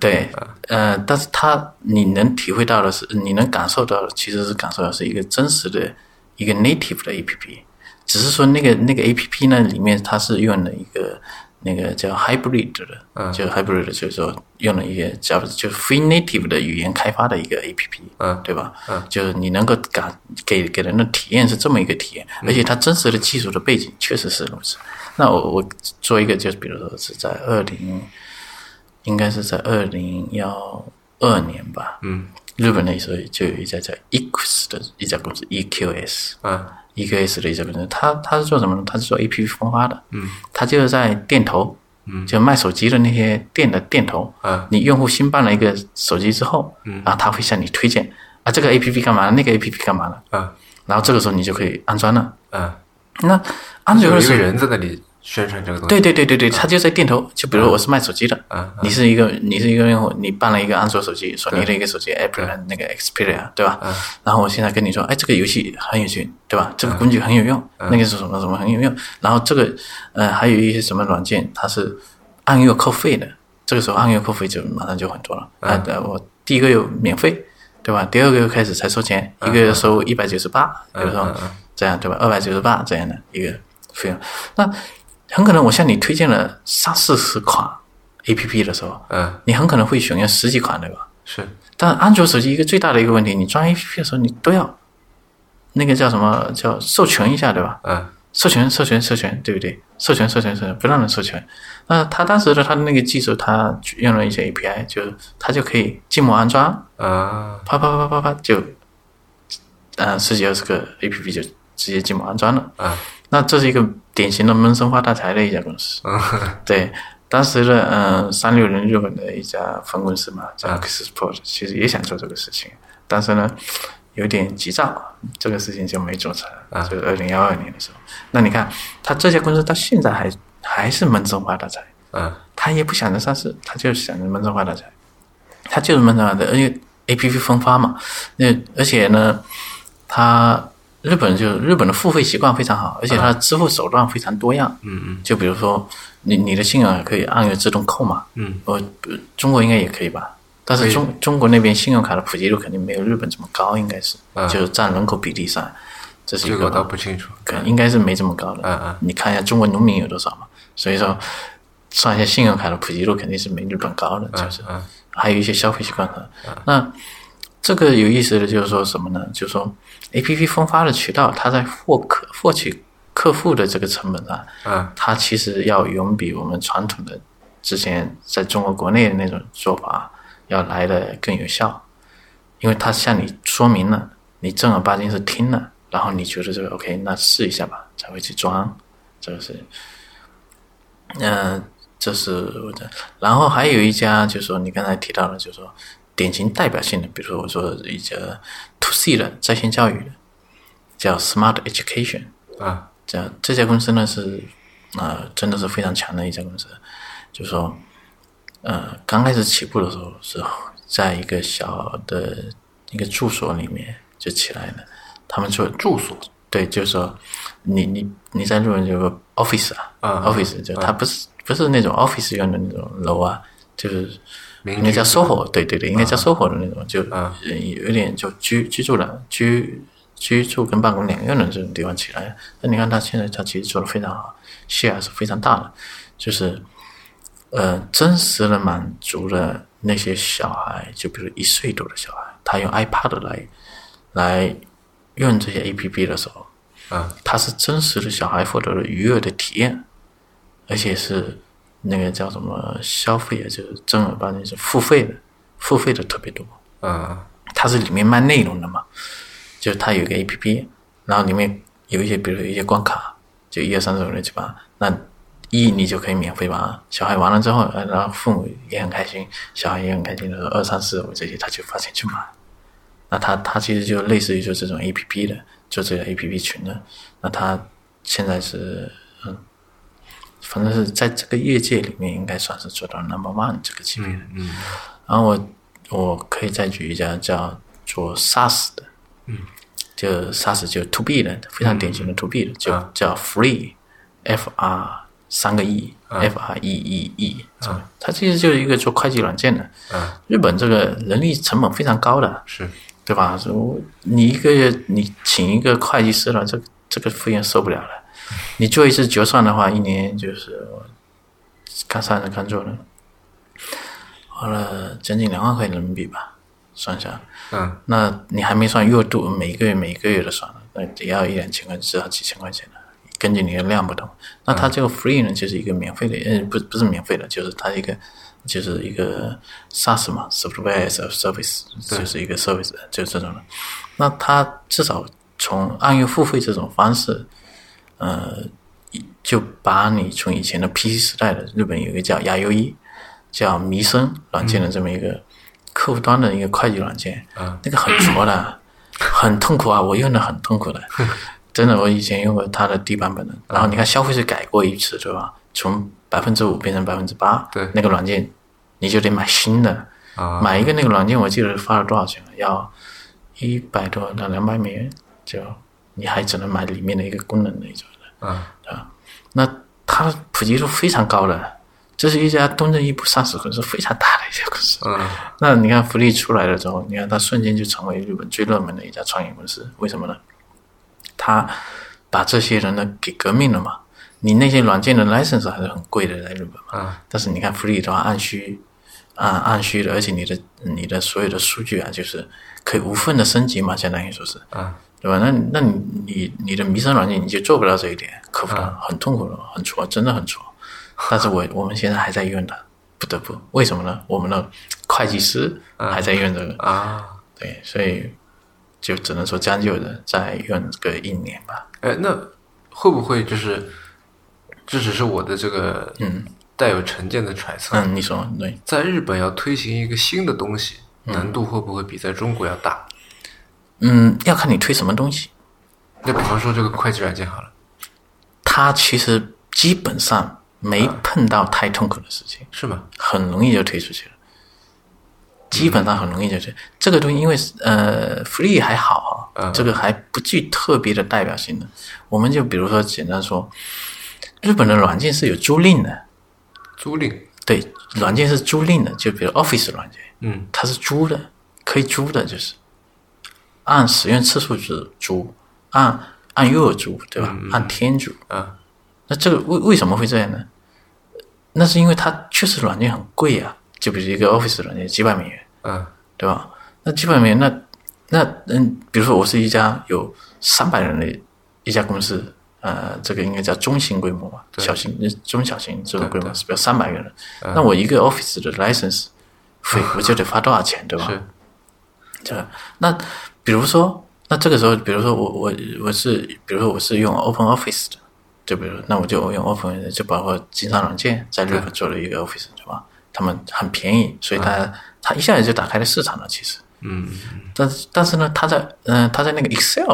对，呃，但是它你能体会到的是，你能感受到的，其实是感受到是一个真实的一个 native 的 APP，只是说那个那个 APP 呢里面它是用了一个那个叫 hybrid 的，就 hybrid 就是说用了一个叫就 free native 的语言开发的一个 APP，
嗯
对吧？嗯，就是你能够感给给人的体验是这么一个体验，而且它真实的技术的背景确实是如此。那我我做一个，就是比如说是在二零。应该是在二零幺二年吧，嗯，日本那时候就有一家叫 EQS 的一家公司，EQS，E
啊
EQS E 的一家公司，它它是做什么呢？它是做 APP 分发的，嗯，它就是在店头，嗯，就卖手机的那些店的店头，
啊，
你用户新办了一个手机之后，嗯，然后他会向你推荐啊，这个 APP 干嘛，那个 APP 干嘛了，
啊
然后这个时候你就可以安装了。
啊，
那安
有
装的
一
时
个
候，
人在那里宣传这个东西，
对对对对对，他就在店头，就比如我是卖手机的，
啊
你是一个你是一个用户，你办了一个安卓手机，索尼的一个手机 Apple 的那个 Xperia，对
啊
吧？然后我现在跟你说，哎，这个游戏很有趣，对
啊
吧？这个工具很有用，那个是什么什么很有用。然后这个呃，还有一些什么软件，它是按月扣费的，这个时候按月扣费就马上就很多了。啊、呃，我第一个月免费，对吧？第二个月开始才收钱，
啊
一个月收一百九十八，比如说这样对吧？二百九十八这样的一个费用，那很可能我向你推荐了三四十款 A P P 的时候，
嗯，
你很可能会选用十几款，对吧？
是，
但安卓手机一个最大的一个问题，你装 A P P 的时候，你都要那个叫什么叫授权一下，对吧？
啊
授权，授权，授权，对不对？授权，授权，授权，不让人授权。那他当时的他的那个技术，他用了一些 A P I，就是他就可以静默安装，
啊
啪啪啪啪啪就，呃，十几二十个 A P P 就直接静默安装了。
啊
那这是一个典型的闷声发大财的一家公司。
啊
对，当时的嗯三六零日本的一家分公司嘛，叫 x p o r t 其实也想做这个事情，但是呢有点急躁，这个事情就没做成。就是二零幺二年的时候，那你看他这家公司到现在还还是闷声发大财，
啊
他也不想着上市，他就想着闷声发大财，他就是闷声发的，而且 A P P 分发嘛，那而且呢，他日本就日本的付费习惯非常好，而且它的支付手段非常多样，
嗯嗯
就比如说你你的信用可以按月自动扣嘛，
嗯，
我呃中国应该也可以吧，但是中中国那边信用卡的普及率肯定没有日本这么高，应该是，就是占人口比例上，这是一
嗯这个我
个啊
倒不清楚，
可能应该是没这么高的。
嗯嗯
你看一下中国农民有多少嘛？所以说，算一下信用卡的普及度肯定是没日本高的，就是。
嗯
还有一些消费习惯可能。那这个有意思的就是说什么呢？就是说，A P P 分发的渠道，它在获客获取客户的这个成本啊，
啊
它其实要远比我们传统的之前在中国国内的那种做法要来的更有效，因为它向你说明了，你正儿八经是听了，然后你觉得这个 OK，那试一下吧，才会去装，这个是，嗯、这是我的。然后还有一家，就是说你刚才提到的，就是说典型代表性的，比如说我说一家 to C 的在线教育的，叫 Smart Education。
啊
这这家公司呢是，呃，真的是非常强的一家公司，就说，呃，刚开始起步的时候是在一个小的一个住所里面就起来的，他们做
住所
对，就是说，你你你在日本就是 office 啊、
啊
o f f i c e 就它不是、不是那种 office 用的那种楼啊，就是
民
应该
居嗯
叫 SOHO，对对对，应该叫 SOHO 的那种，就
啊
呃有点就居居住的居居住跟办公两用的这种地方起来。那你看它现在它其实做的非常好，share 是非常大的，就是呃真实的满足了那些小孩，就比如一岁多的小孩，他用 iPad 来来用这些 APP 的时候，
啊
它是真实的小孩获得了愉悦的体验，而且是那个叫什么消费啊，就是正儿八经是付费的，付费的特别多。
啊
它是里面卖内容的嘛，就是它有一个 A P P，然后里面有一些，比如说有一些关卡，就一二三四五六七八，那一你就可以免费玩，小孩玩了之后，呃然后父母也很开心，小孩也很开心的时候，二三四五这些他就花钱去买，那他他其实就类似于就这种 A P P 的，就这个 A P P 群的，那他现在是嗯，反正是在这个业界里面应该算是做到 number one 这个级别的。
嗯
然后我我可以再举一家叫做 SaaS 的，嗯，就 SaaS 就 To B 的，非常典型
嗯
的 To B 的，
啊
就叫 Free，F R 三个
啊
E，F R E E E，它其实就是一个做会计软件的。
啊
日本这个人力成本非常高的，
是
对吧？如你一个月你请一个会计师了，这这个费用受不了了。你做一次结算的话，一年就是我刚上任刚做的，花了将近两万块人民币吧，算下来。
嗯
那你还没算月度，每个月每个月的算了，那也要一两千块，至少几千块钱的，根据你的量不同。那它这个 free 呢，就是一个免费的，呃，不不是免费的，就是它一个就是一个 SaaS 嘛，Software as a Service，
对
就是一个 service，就是呃这种的。那它至少从按月付费这种方式，呃，一就把你从以前的 PC 时代的日本有一个叫雅优一，叫弥生软件的这么一个客户端的一个会计软件，
嗯
那个很 挫的，很痛苦啊，我用的很痛苦的，真的，我以前用过它的低版本
嗯
的。然后你看消费是改过一次，对吧？从百分之五变成百分之八，
对
那个软件你就得买新的，
啊
买一个那个软件，我记得花了多少钱了？要一百多到两百美元，就你还只能买里面的一个功能那种的。
啊
那它的普及度非常高的，这是一家东正一部上市公司，非常大的一家公司。
嗯
那你看福利出来了之后，你看它瞬间就成为日本最热门的一家创业公司，为什么呢？它把这些人呢给革命了嘛。你那些软件的 license 还是很贵的，在日本嘛。
啊
但是你看福利的话，按需，按按需的，而且你的你的所有的数据啊，就是可以无缝的升级嘛，相当于说是，
啊
对吧？那那你你你的弥生软件你就做不到这一点，克服了，很痛苦了，很挫，真的很挫。但是我我们现在还在用它，不得不，为什么呢？我们的会计师还在用这个，
啊！
对，所以就只能说将就着再用个一年吧。
哎，那会不会就是这只是我的这个嗯带有成见的揣测？
嗯，你说对，
在日本要推行一个新的东西，难度会不会比在中国要大？
嗯，要看你推什么东西。
那比方说这个会计软件好了，
它其实基本上没碰到太痛苦的事情，
是吗？
很容易就推出去了，基本上很容易就推。这个东西因为呃，free 还好哈，这个还不具特别的代表性的。我们就比如说简单说，日本的软件是有租赁的，
租赁，
对，软件是租赁的，就比如 Office 软件，
嗯，
它是租的，可以租的，就是按使用次数制租，按按月租，对吧？按天租。
啊
那这个为为什么会这样呢？那是因为它确实软件很贵啊，就比如一个 Office 软件几百美元，
啊
对吧？那几百美元，那那嗯，比如说我是一家有三百人的一家公司，呃，这个应该叫中型规模吧，小型、呃中小型这种规模，是比如三百个人，那我一个 Office 的 license 费，我就得花多少钱，对吧？
是
这个那比如说，那这个时候，比如说我我我是，比如说我是用 Open Office 的，就比如那我就用 Open 就包括金山软件在日本做了一个 Office 对吧？他们很便宜，所以它、它一下子就打开了市场了，其实。嗯。但是但是呢，它在嗯、它在那个 Excel，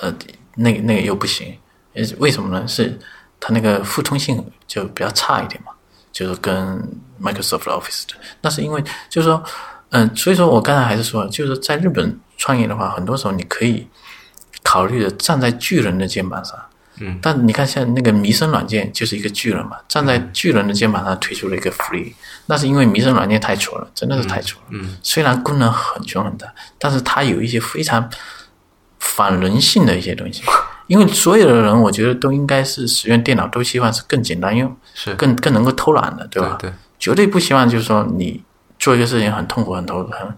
呃，那个那个又不行，呃为什么呢？是它那个互通性就比较差一点嘛。就是跟 Microsoft Office 的。那是因为就是说，嗯，所以说我刚才还是说，就是在日本创业的话，很多时候你可以考虑的站在巨人的肩膀上。
嗯，
但你看，像那个弥生软件就是一个巨人嘛，站在巨人的肩膀上推出了一个 free，那是因为弥生软件太挫了，真的是太挫了。嗯，虽然功能很穷很大，但是它有一些非常反人性的一些东西，因为所有的人我觉得都应该是使用电脑都希望是更简单用，
是，
更更能够偷懒的，对吧？
对对
绝对不希望就是说你做一个事情很痛苦、很头很，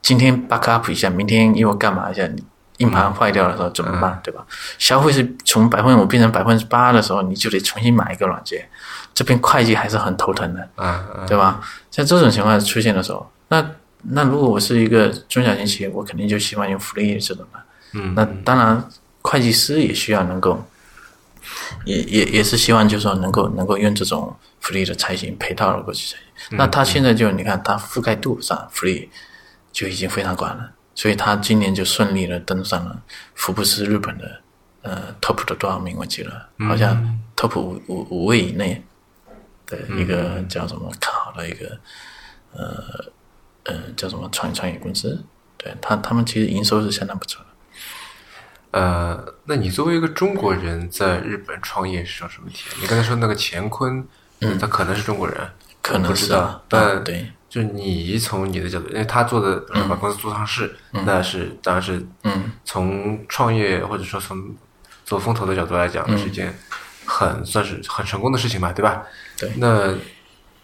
今天 back up 一下，明天又干嘛一下，你硬盘坏掉的时候怎么办，对吧？消费是从百分之五变成百分之八的时候，你就得重新买一个软件，这边会计还是很头疼的。
啊啊
对吧？像这种情况出现的时候，那那如果我是一个中小型企业，我肯定就希望用福利这种的。嗯，那当然，会计师也需要能够，也也也是希望就是说能够能够用这种福利的才行配套的过去才行。那它现在就你看它覆盖度上福利就已经非常广了，所以它今年就顺利的登上了福布斯日本的呃 top 的多少名我记了，好像 top 五五五位以内。的
嗯
一个叫什么看好的一个呃呃叫什么创创业公司，对他他们其实营收是相当不错的。
呃，那你作为一个中国人在日本创业是种什么体验？你刚才说那个乾坤，
嗯
他可能是中国人，
可能
我不知
是
道
啊，
但
对，
就你从你的角度，因为他做的把
嗯
公司做上市，那是当然是，嗯，从创业或者说从做风投的角度来讲，
嗯
是一件很算是很成功的事情吧，对吧？
对
那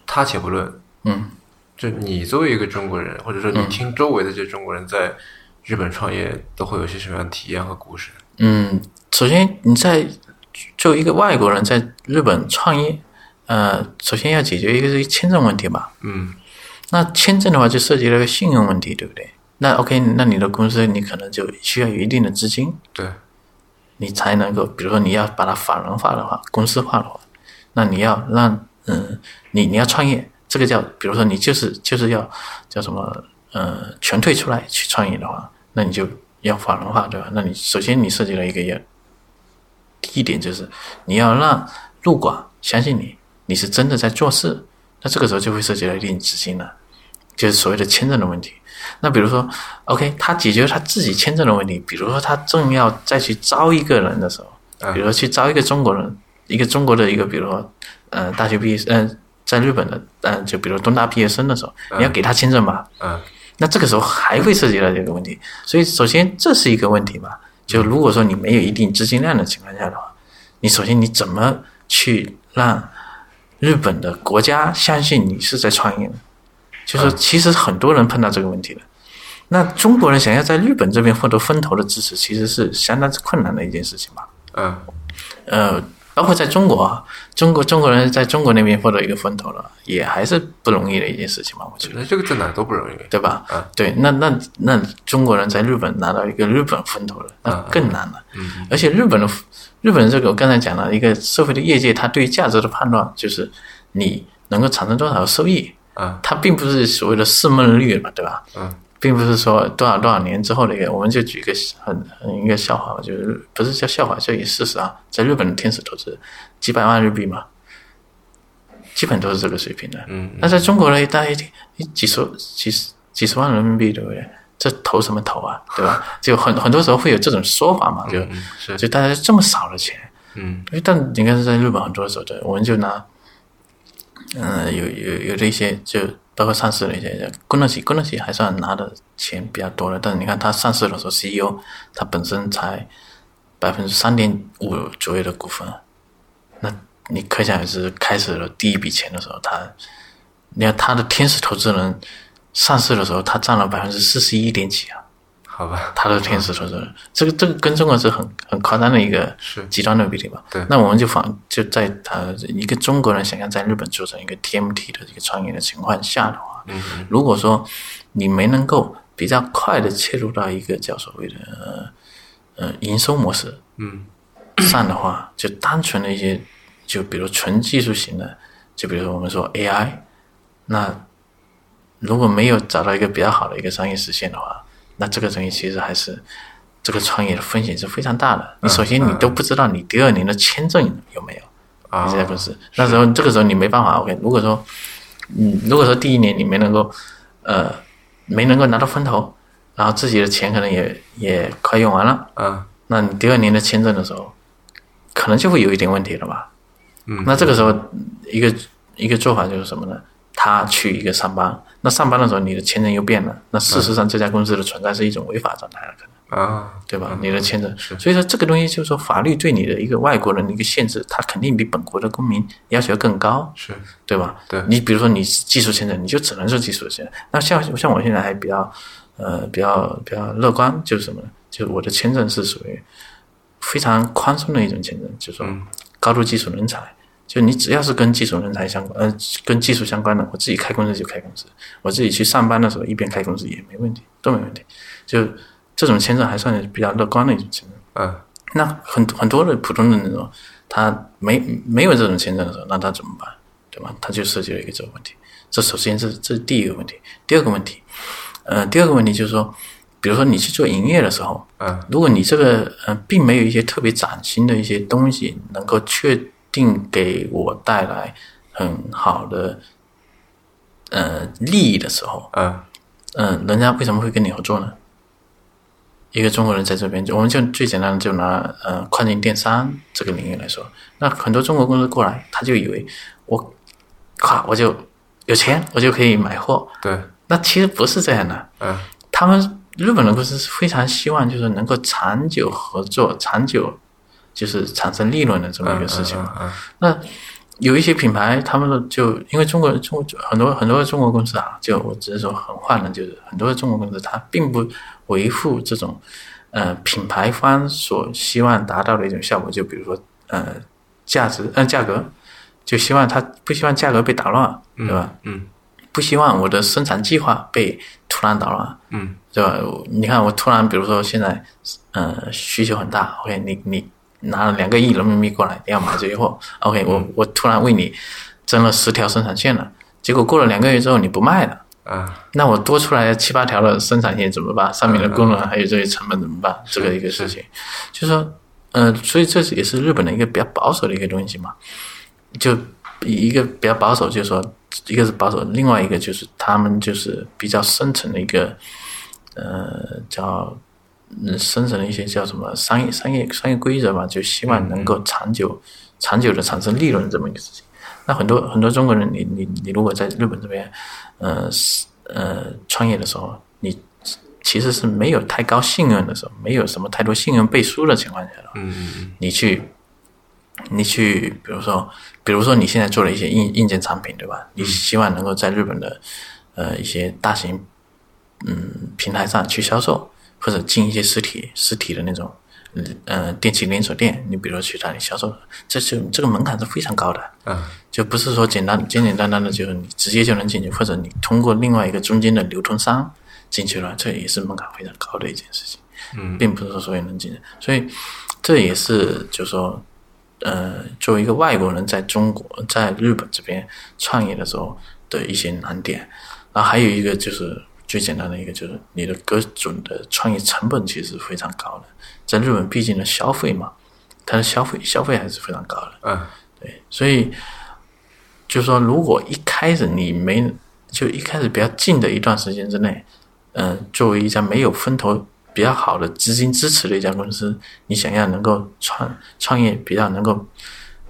他且不论，
嗯，
就你作为一个中国人，或者说你听周围的这些中国人在日本创业，都会有些什么样的体验和故事？
嗯，首先你在作为一个外国人在日本创业，呃，首先要解决一个是签证问题吧。
嗯
那签证的话就涉及了个信用问题，对不对？那 OK，那你的公司你可能就需要有一定的资金，
对，
你才能够，比如说你要把它法人化的话，公司化的话，那你要让嗯，你你要创业，这个叫，比如说你就是就是要叫什么呃，全退出来去创业的话，那你就要法人化，对吧？那你首先你设计了一个要第一点就是你要让路广相信你，你是真的在做事，那这个时候就会涉及到一定资金了，就是所谓的签证的问题。那比如说，OK，他解决他自己签证的问题，比如说他正要再去招一个人的时候，比如说去招一个中国人，一个中国的一个，比如说，呃，大学毕业，嗯、在日本的，嗯、就比如东大毕业生的时候，你要给他签证吧，
嗯
那这个时候还会涉及到这个问题，所以首先这是一个问题吧。就如果说你没有一定资金量的情况下的话，你首先你怎么去让日本的国家相信你是在创业呢？就说其实很多人碰到这个问题的。那中国人想要在日本这边获得风投的支持，其实是相当之困难的一件事情吧。
嗯
呃，包括在中国，啊，中国中国人在中国那边获得一个风投了，也还是不容易的一件事情吧，我觉得。
那这个在哪都不容易。
对吧？对，那那那中国人在日本拿到一个日本风投了，那更难了。而且日本的日本这个，我刚才讲了一个社会的业界，它对价值的判断就是你能够产生多少收益，
嗯
它并不是所谓的市梦率嘛，对吧？
嗯
并不是说多少多少年之后的一个，我们就举一个很很一个笑话吧，就是不是叫笑话，就也事实啊，在日本的天使投资几百万日币嘛，基本都是这个水平的。
嗯，
那在中国呢，大概一一几十几十几十万人民币，对不对？这投什么投啊，对吧？就很很多时候会有这种说法嘛，就、
嗯是
就大家这么少的钱，
嗯
但你看在日本很多时候对，我们就拿，嗯、有有有这些就包括上市的一些，工乐企工乐企还算拿的钱比较多的，但是你看它上市的时候，CEO 他本身才百分之三点五左右的股份，那你可想而知，开始了第一笔钱的时候，他，你看他的天使投资人上市的时候，他占了百分之四十一点几啊。
好吧，
他的天使投资人，这个这个跟中国是很很夸张的一个
是
极端的比例吧？
对
那我们就仿就在他一个中国人想要在日本做成一个 TMT 的一个创业的情况下的话，
嗯
如果说你没能够比较快的切入到一个叫所谓的呃呃营收模式，
嗯
上的话，就单纯的一些，就比如纯技术型的，就比如说我们说 AI，那如果没有找到一个比较好的一个商业实现的话，那这个东西其实还是这个创业的风险是非常大的。你首先你都不知道你第二年的签证有没有，
啊
你这家公司，那时候这个时候你没办法。OK，如果说，嗯，如果说第一年你没能够，呃，没能够拿到风投，然后自己的钱可能也也快用完了。
嗯
那你第二年的签证的时候，可能就会有一点问题了吧？
嗯
那这个时候一个一个做法就是什么呢？他去一个上班，那上班的时候你的签证又变了，那事实上这家公司的存在是一种违法状态了，可能
啊
对吧？你的签证，所以说这个东西就是说法律对你的一个外国人的一个限制，它肯定比本国的公民要求更高。
是
对吧？
对
你比如说你是技术签证，你就只能是技术签证。那像像我现在还比较，呃，比较比较乐观，就是什么呢？就是我的签证是属于非常宽松的一种签证，就是说高度技术人才。就你只要是跟技术人才相关，呃，跟技术相关的，我自己开公司就开公司，我自己去上班的时候一边开公司也没问题，都没问题。就这种签证还算是比较乐观的一种签证。
嗯
那很很多的普通的那种，他没没有这种签证的时候，那他怎么办？对吧？他就涉及了一个这个问题。这首先这这是第一个问题，第二个问题，呃，第二个问题就是说，比如说你去做营业的时候，
嗯，
如果你这个呃并没有一些特别崭新的一些东西能够确定给我带来很好的呃利益的时候，
嗯
嗯，人家为什么会跟你合作呢？一个中国人在这边，我们就最简单的就拿呃跨境电商这个领域来说，那很多中国公司过来，他就以为我，咤我就有钱，我就可以买货，
对
那其实不是这样的。
嗯
他们日本的公司是非常希望就是能够长久合作、长久就是产生利润的这么一个事情嘛。
嗯
那有一些品牌，他们的就因为中国中国很多很多中国公司啊，就我只是说很坏的，就是很多中国公司它并不维护这种呃品牌方所希望达到的一种效果，就比如说呃价值呃价格，就希望它不希望价格被打乱，对吧？
嗯
不希望我的生产计划被突然打乱，
嗯
对吧？我你看，我突然比如说现在，呃，需求很大，OK，你你拿了两个亿人民币过来，你要买这些货，OK，我我突然为你增了十条生产线了，结果过了两个月之后你不卖了。
啊，
那我多出来的七八条的生产线怎么办？上面的工人还有这些成本怎么办？这个一个事情，就是说，呃，所以这也是日本的一个比较保守的一个东西嘛。就一个比较保守，就是说，一个是保守，另外一个就是他们就是比较深层的一个，呃，叫嗯深层的一些叫什么商业商业商业规则嘛，就希望能
嗯
够长久长久的产生利润这么一个事情。那很多很多中国人，你你你如果在日本这边，呃是呃创业的时候，你其实是没有太高信任的时候，没有什么太多信任背书的情况下的话，
嗯
你去，你去，比如说，比如说你现在做了一些硬硬件产品，对吧？
嗯
你希望能够在日本的呃一些大型嗯平台上去销售，或者进一些实体实体的那种嗯呃电器连锁店，你比如说去哪里销售，这是这个门槛是非常高的。
啊，
就不是说简单简简单单的，就是你直接就能进去，或者你通过另外一个中间的流通商进去了，这也是门槛非常高的一件事情，
嗯，
并不是说所有人能进去，所以这也是就是说，呃，作为一个外国人在中国在日本这边创业的时候的一些难点，然后还有一个就是最简单的一个就是你的各种的创业成本其实是非常高的，在日本毕竟的消费嘛，它的消费消费还是非常高的。
啊，
对，所以就说，如果一开始你没就一开始比较近的一段时间之内，嗯、作为一家没有风投比较好的资金支持的一家公司，你想要能够创创业比较能够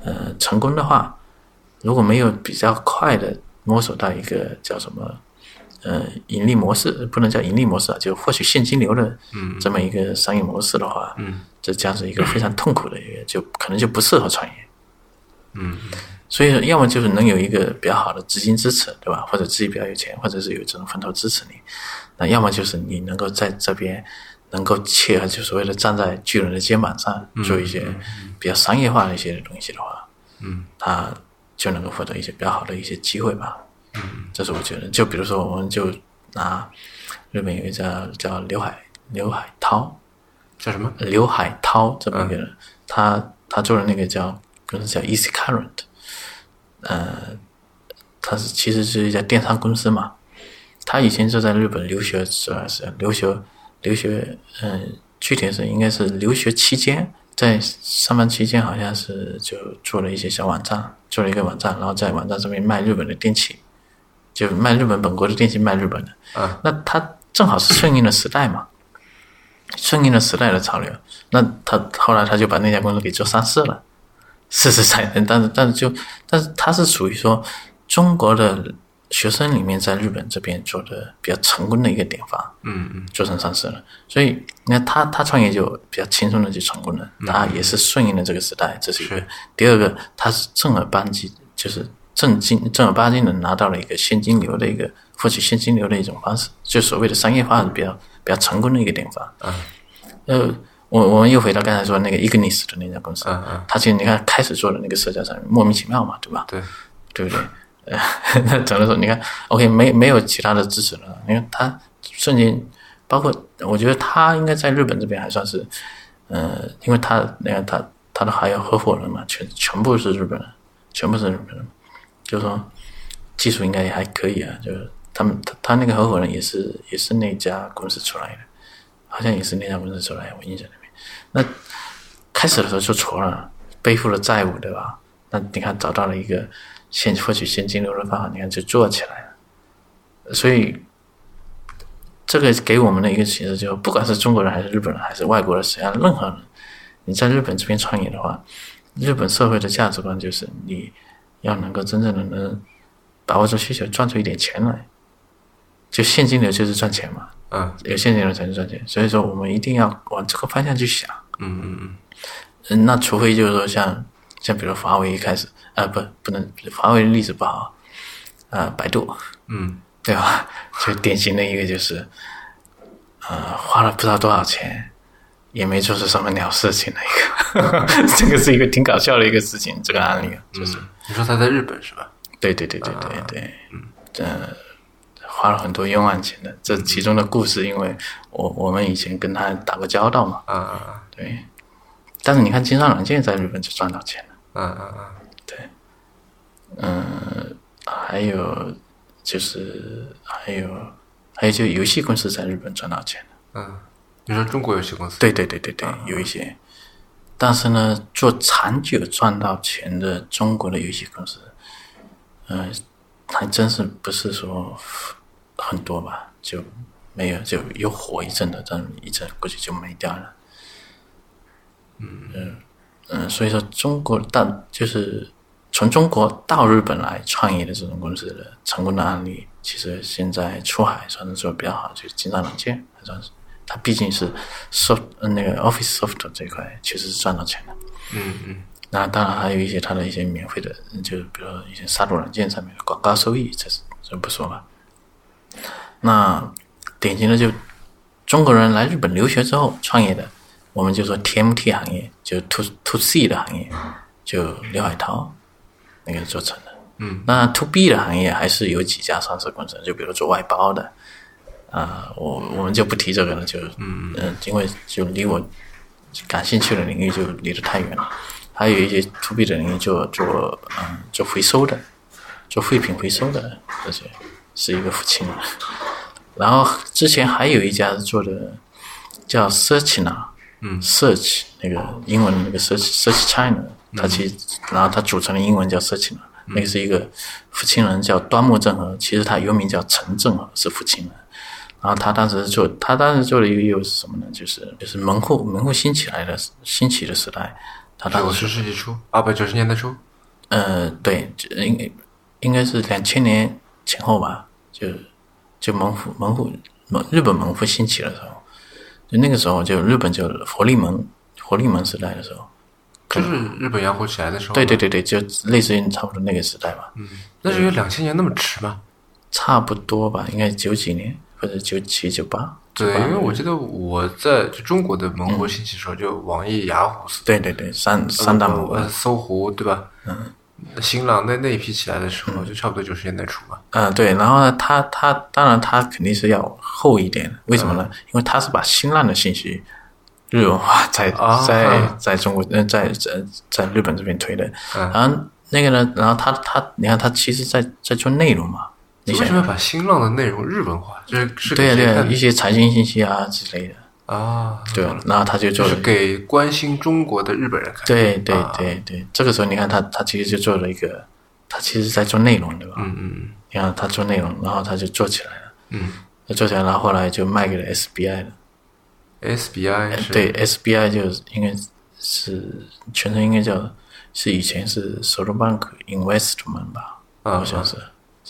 呃成功的话，如果没有比较快的摸索到一个叫什么呃盈利模式，不能叫盈利模式啊，就获取现金流的这么一个商业模式的话，嗯，这将是一个非常痛苦的一个，就可能就不适合创业。所以，要么就是能有一个比较好的资金支持，对吧？或者自己比较有钱，或者是有这种风投支持你。那要么就是你能够在这边能够切合，就所谓的站在巨人的肩膀上做一些比较商业化的一些东西的话，嗯，他就能够获得一些比较好的一些机会吧。嗯，这是我觉得。就比如说，我们就拿日本有一家叫刘海刘海涛，
叫什么？
刘海涛这么一个人，他他做的那个叫公司叫 Easy Current，呃，他是其实是一家电商公司嘛。他以前就在日本留学，主要是留学留学，嗯、具体是应该是留学期间，在上班期间好像是就做了一些小网站，做了一个网站，然后在网站上面卖日本的电器，就卖日本本国的电器，卖日本的。
啊，
那他正好是顺应了时代嘛。顺应了时代的潮流。那他后来他就把那家公司给做上市了，事实在人，但是但是就但是他是属于说中国的学生里面在日本这边做的比较成功的一个典范，
嗯嗯
做成上市了。所以你看他他创业就比较轻松的就成功了，他也是顺应了这个时代，这是一个。第二个，他是正儿八经就是。正经正儿八经的拿到了一个现金流的一个获取现金流的一种方式，就所谓的商业化比较比较成功的一个典范。呃，我我们又回到刚才说那个 Ignis 的那家公司，
嗯嗯
它其实你看开始做的那个社交产品莫名其妙嘛，对吧？
对，
对不对？呃， 那整的时候你看，OK，没没有其他的支持了，因为它瞬间，包括我觉得它应该在日本这边还算是，呃，因为它那个它它的还有合伙人嘛，全全部是日本人，全部是日本人，就是说技术应该也还可以啊，就是他们他他那个合伙人也是也是那家公司出来的，好像也是那家公司出来，我印象里面。那开始的时候就挫了，背负了债务，对吧？那你看找到了一个现获取现金流的方法，你看就做起来了。所以这个给我们的一个启示就是，不管是中国人还是日本人还是外国人，实际上任何人，你在日本这边创业的话，日本社会的价值观就是你要能够真正的能把握住需求，赚出一点钱来。就现金流就是赚钱嘛，
啊，
有现金流才能赚钱，所以说我们一定要往这个方向去想。
嗯嗯嗯，
嗯，那除非就是说像像比如华为一开始，啊、不不能，华为的例子不好，啊、百度，
嗯，
对吧？就典型的一个就是，呃，花了不知道多少钱，也没做出什么鸟事情的一个， 这个是一个挺搞笑的一个事情，这个案例啊就是，
你说他在日本是吧？
对对对对对对，这花了很多冤枉钱的。这其中的故事，因为我我们以前跟他打过交道嘛，
啊啊
对。但是你看，金山软件在日本就赚到钱了，呃
啊啊
还有就是还有还有就游戏公司在日本赚到钱了。
啊啊！你说中国游戏公司？
对对对对对，有一些。但是呢，做长久赚到钱的中国的游戏公司，呃，还真是不是说很多吧，就没有就有火一阵的，但一阵估计就没掉了。嗯嗯所以说中国到就是从中国到日本来创业的这种公司的成功的案例，其实现在出海算是说比较好，就是金山软件还算是，它毕竟是 soft 呃那个 Office soft 这一块确实是赚到钱的。
嗯嗯
那当然还有一些它的一些免费的，嗯就是比如说一些杀毒软件上面的广告收益，这是这不说了。那典型的就中国人来日本留学之后创业的，我们就说 TMT 行业，就 to to C 的行业，就刘海涛那个做成的。
嗯，
那 to B 的行业还是有几家上市公司，就比如做外包的，啊、我我们就不提这个了，就嗯、呃因为就离我感兴趣的领域就离得太远了。还有一些 to B 的领域就做嗯做回收的，做废品回收的这些是一个父亲。然后之前还有一家做的叫 Search 呢，嗯，Search 那个英文那个 Search Search China，它其实然后它组成的英文叫 Search 呢，那个是一个福清人叫端木正和，其实他原名叫陈正和，是福清人。然后他当时做，他当时做的一个业务是什么呢？就是就是门户门户兴起来的兴起的时代，他当时
九十世纪初啊，不，九十年代初。
呃，对，这应该应该是两千年前后吧，就就门户门户门日本门户兴起的时候，就那个时候就日本就活力门活力门时代的时候，
就是日本洋火起来的时候，
对对，对对，就类似于差不多那个时代吧，
那是有两千年那么迟吗？
差不多吧，应该九几年或者九七九八，
对，因为我记得我在就中国的门户兴起的时候，就网易、雅虎、
对对对，三三大门户，
呃搜狐，对吧？嗯，新浪那那一批起来的时候，就差不多九十年代初吧。
嗯，对，然后呢，他他当然他肯定是要厚一点，为什么
嗯
呢？因为他是把新浪的信息日文化在、
啊
在在中国呃在在在日本这边推的，
嗯
然后那个呢，然后他他你看他其实在在做内容嘛，你
为
想
什么要把新浪的内容日文化？这是是
对
给谁
呀对呀
看，
一些财经信息啊之类
的
的，
啊，
对，然后他就做
就是
了
给关心中国的日本人看。
对对
啊
对对，这个时候你看他他其实就做了一个，他其实在做内容对吧？
嗯嗯
你看他做内容，然后他就做起来了，
嗯
他做起来，然后后来就卖给了 SBI 了。
嗯，SBI 是
哎对，SBI 就是应该是全称应该叫是以前是 SoftBank Investment 吧，
啊
好像是，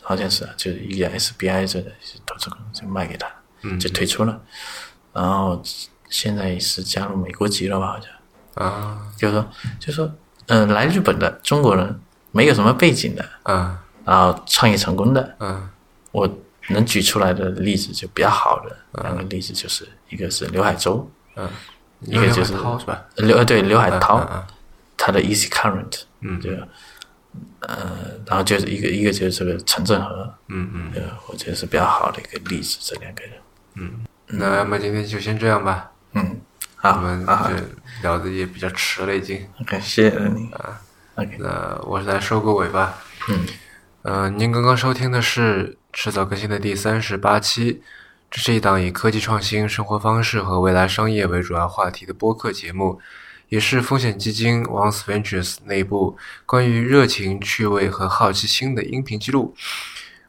好像是啊，就是一家 SBI 这个投资公司就卖给他，
嗯
就退出了，然后现在是加入美国籍了吧，好像。
啊
就是说，就是说，嗯、来日本的中国人没有什么背景的，
啊
然后创业成功的，
嗯
我能举出来的例子就比较好的两个例子，就是一个是刘海洲，
嗯，
一个就是
涛是吧？
刘呃对刘海涛
嗯嗯，
他的 Easy Current，嗯，对吧，呃，然后就是一个一个就是这个陈振和，
嗯嗯，
呃，我觉得是比较好的一个例子，这两个人，
那要么今天就先这样吧，
嗯，
我
好
们
好
这聊的也比较迟了已经。
，OK，谢谢你，OK，
嗯那我来收个尾吧。
嗯，
呃，您刚刚收听的是迟早更新的第三十八期，这是一档以科技创新、生活方式和未来商业为主要话题的播客节目，也是风险基金 Once Ventures 内部关于热情、趣味和好奇心的音频记录。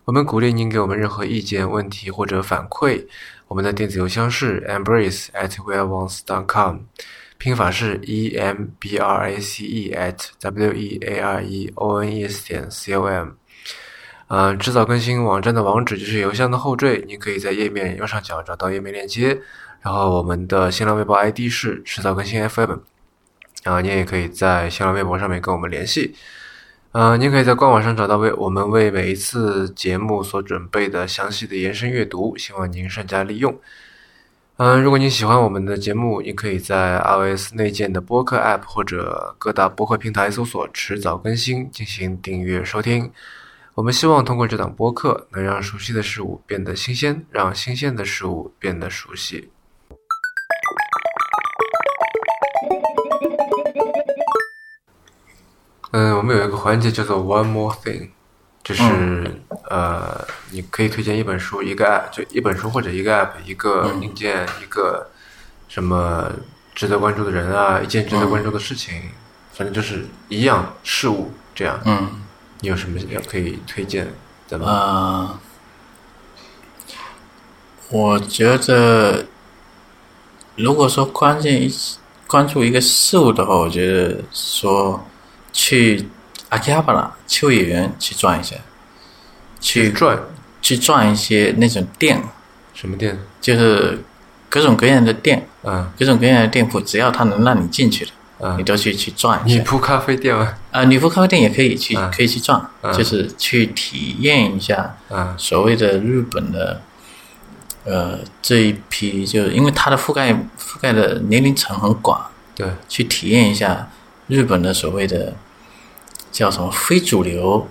我们鼓励您给我们任何意见、问题或者反馈。我们的电子邮箱是 embrace at whereonce.com，拼法是 e m b r a c e at w e a r e o n e s 点 c o m。呃，制造更新网站的网址就是邮箱的后缀，你可以在页面右上角找到页面链接。然后我们的新浪微博 ID 是迟早更新 FM，啊，你也可以在新浪微博上面跟我们联系。呃，您可以在官网上找到为我们为每一次节目所准备的详细的延伸阅读，希望您善加利用。嗯，如果你喜欢我们的节目，你可以在 iOS 内建的播客 App 或者各大播客平台搜索“迟早更新”进行订阅收听。我们希望通过这档播客，能让熟悉的事物变得新鲜，让新鲜的事物变得熟悉。嗯，我们有一个环节叫做 “One More Thing”，就是、
嗯
呃，你可以推荐一本书、一个 app，就一本书或者一个 app、一个
嗯
硬件、一个什么值得关注的人啊，一件值
嗯
得关注的事情，反正就是一样事物这样。
嗯，
你有什么要可以推荐的吗？
呃，我觉得，如果说关键一关注一个事物的话，我觉得说去阿基哈巴拉秋叶原去转一下，去
转
去转一些那种店，
什么店？
就是各种各样的店，
嗯
各种各样的店铺，只要它能让你进去的，你
嗯，
都去去转一
女
下。
仆咖啡店吗？
啊、女仆咖啡店也可以去，
嗯
可以去转，就是去体验一下
嗯
所谓的日本的，呃，这一批，就是因为它的覆盖覆盖的年龄层很广，
对，
去体验一下日本的所谓的叫什么非主流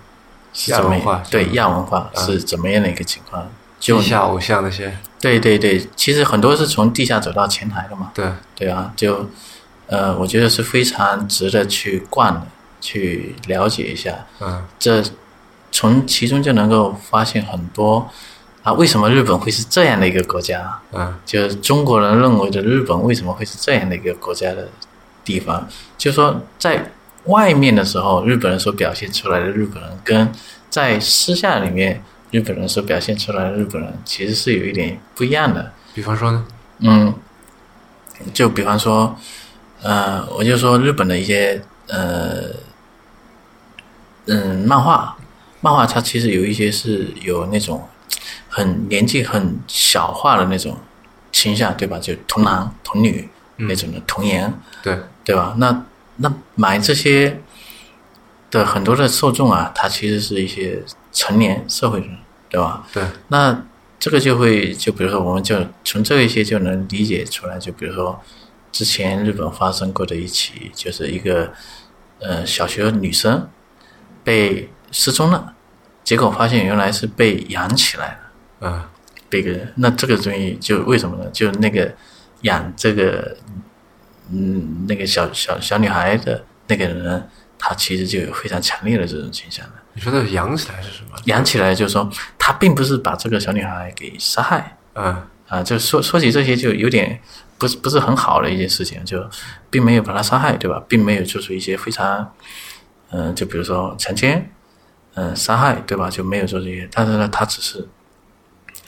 是
亚
怎么
文化是
对
吗
亚文化是怎么样的一个情况？就
地下偶像那些，
对对对，其实很多是从地下走到前台的嘛，
对，
对啊，就呃，我觉得是非常值得去逛的，去了解一下。
嗯
这从其中就能够发现很多啊，为什么日本会是这样的一个国家？
嗯
就是中国人认为的日本为什么会是这样的一个国家的地方？就说在外面的时候，日本人所表现出来的日本人，跟在私下里面日本人所表现出来的日本人，其实是有一点不一样的。
比方说呢，
嗯，就比方说，呃，我就说日本的一些呃，嗯，漫画，漫画它其实有一些是有那种很年纪很小化的那种倾向，对吧？就童男童女那种的童颜，
对，
对吧？那那买这些的很多的受众啊，他其实是一些成年社会人，对吧？
对，
那这个就会，就比如说，我们就从这一些就能理解出来，就比如说之前日本发生过的一起，就是一个呃小学女生被失踪了，结果发现原来是被养起来了，
嗯
被个那这个东西就为什么呢？就那个养这个嗯那个小小小女孩的那个人，他其实就有非常强烈的这种倾向了。
你说的养起来是什么？
养起来就是说，他并不是把这个小女孩给杀害。
嗯
啊，就说说起这些就有点不是不是很好的一件事情，就并没有把他杀害，对吧？并没有做出一些非常，嗯、就比如说强奸，嗯、杀害，对吧？就没有做这些，但是呢，他只是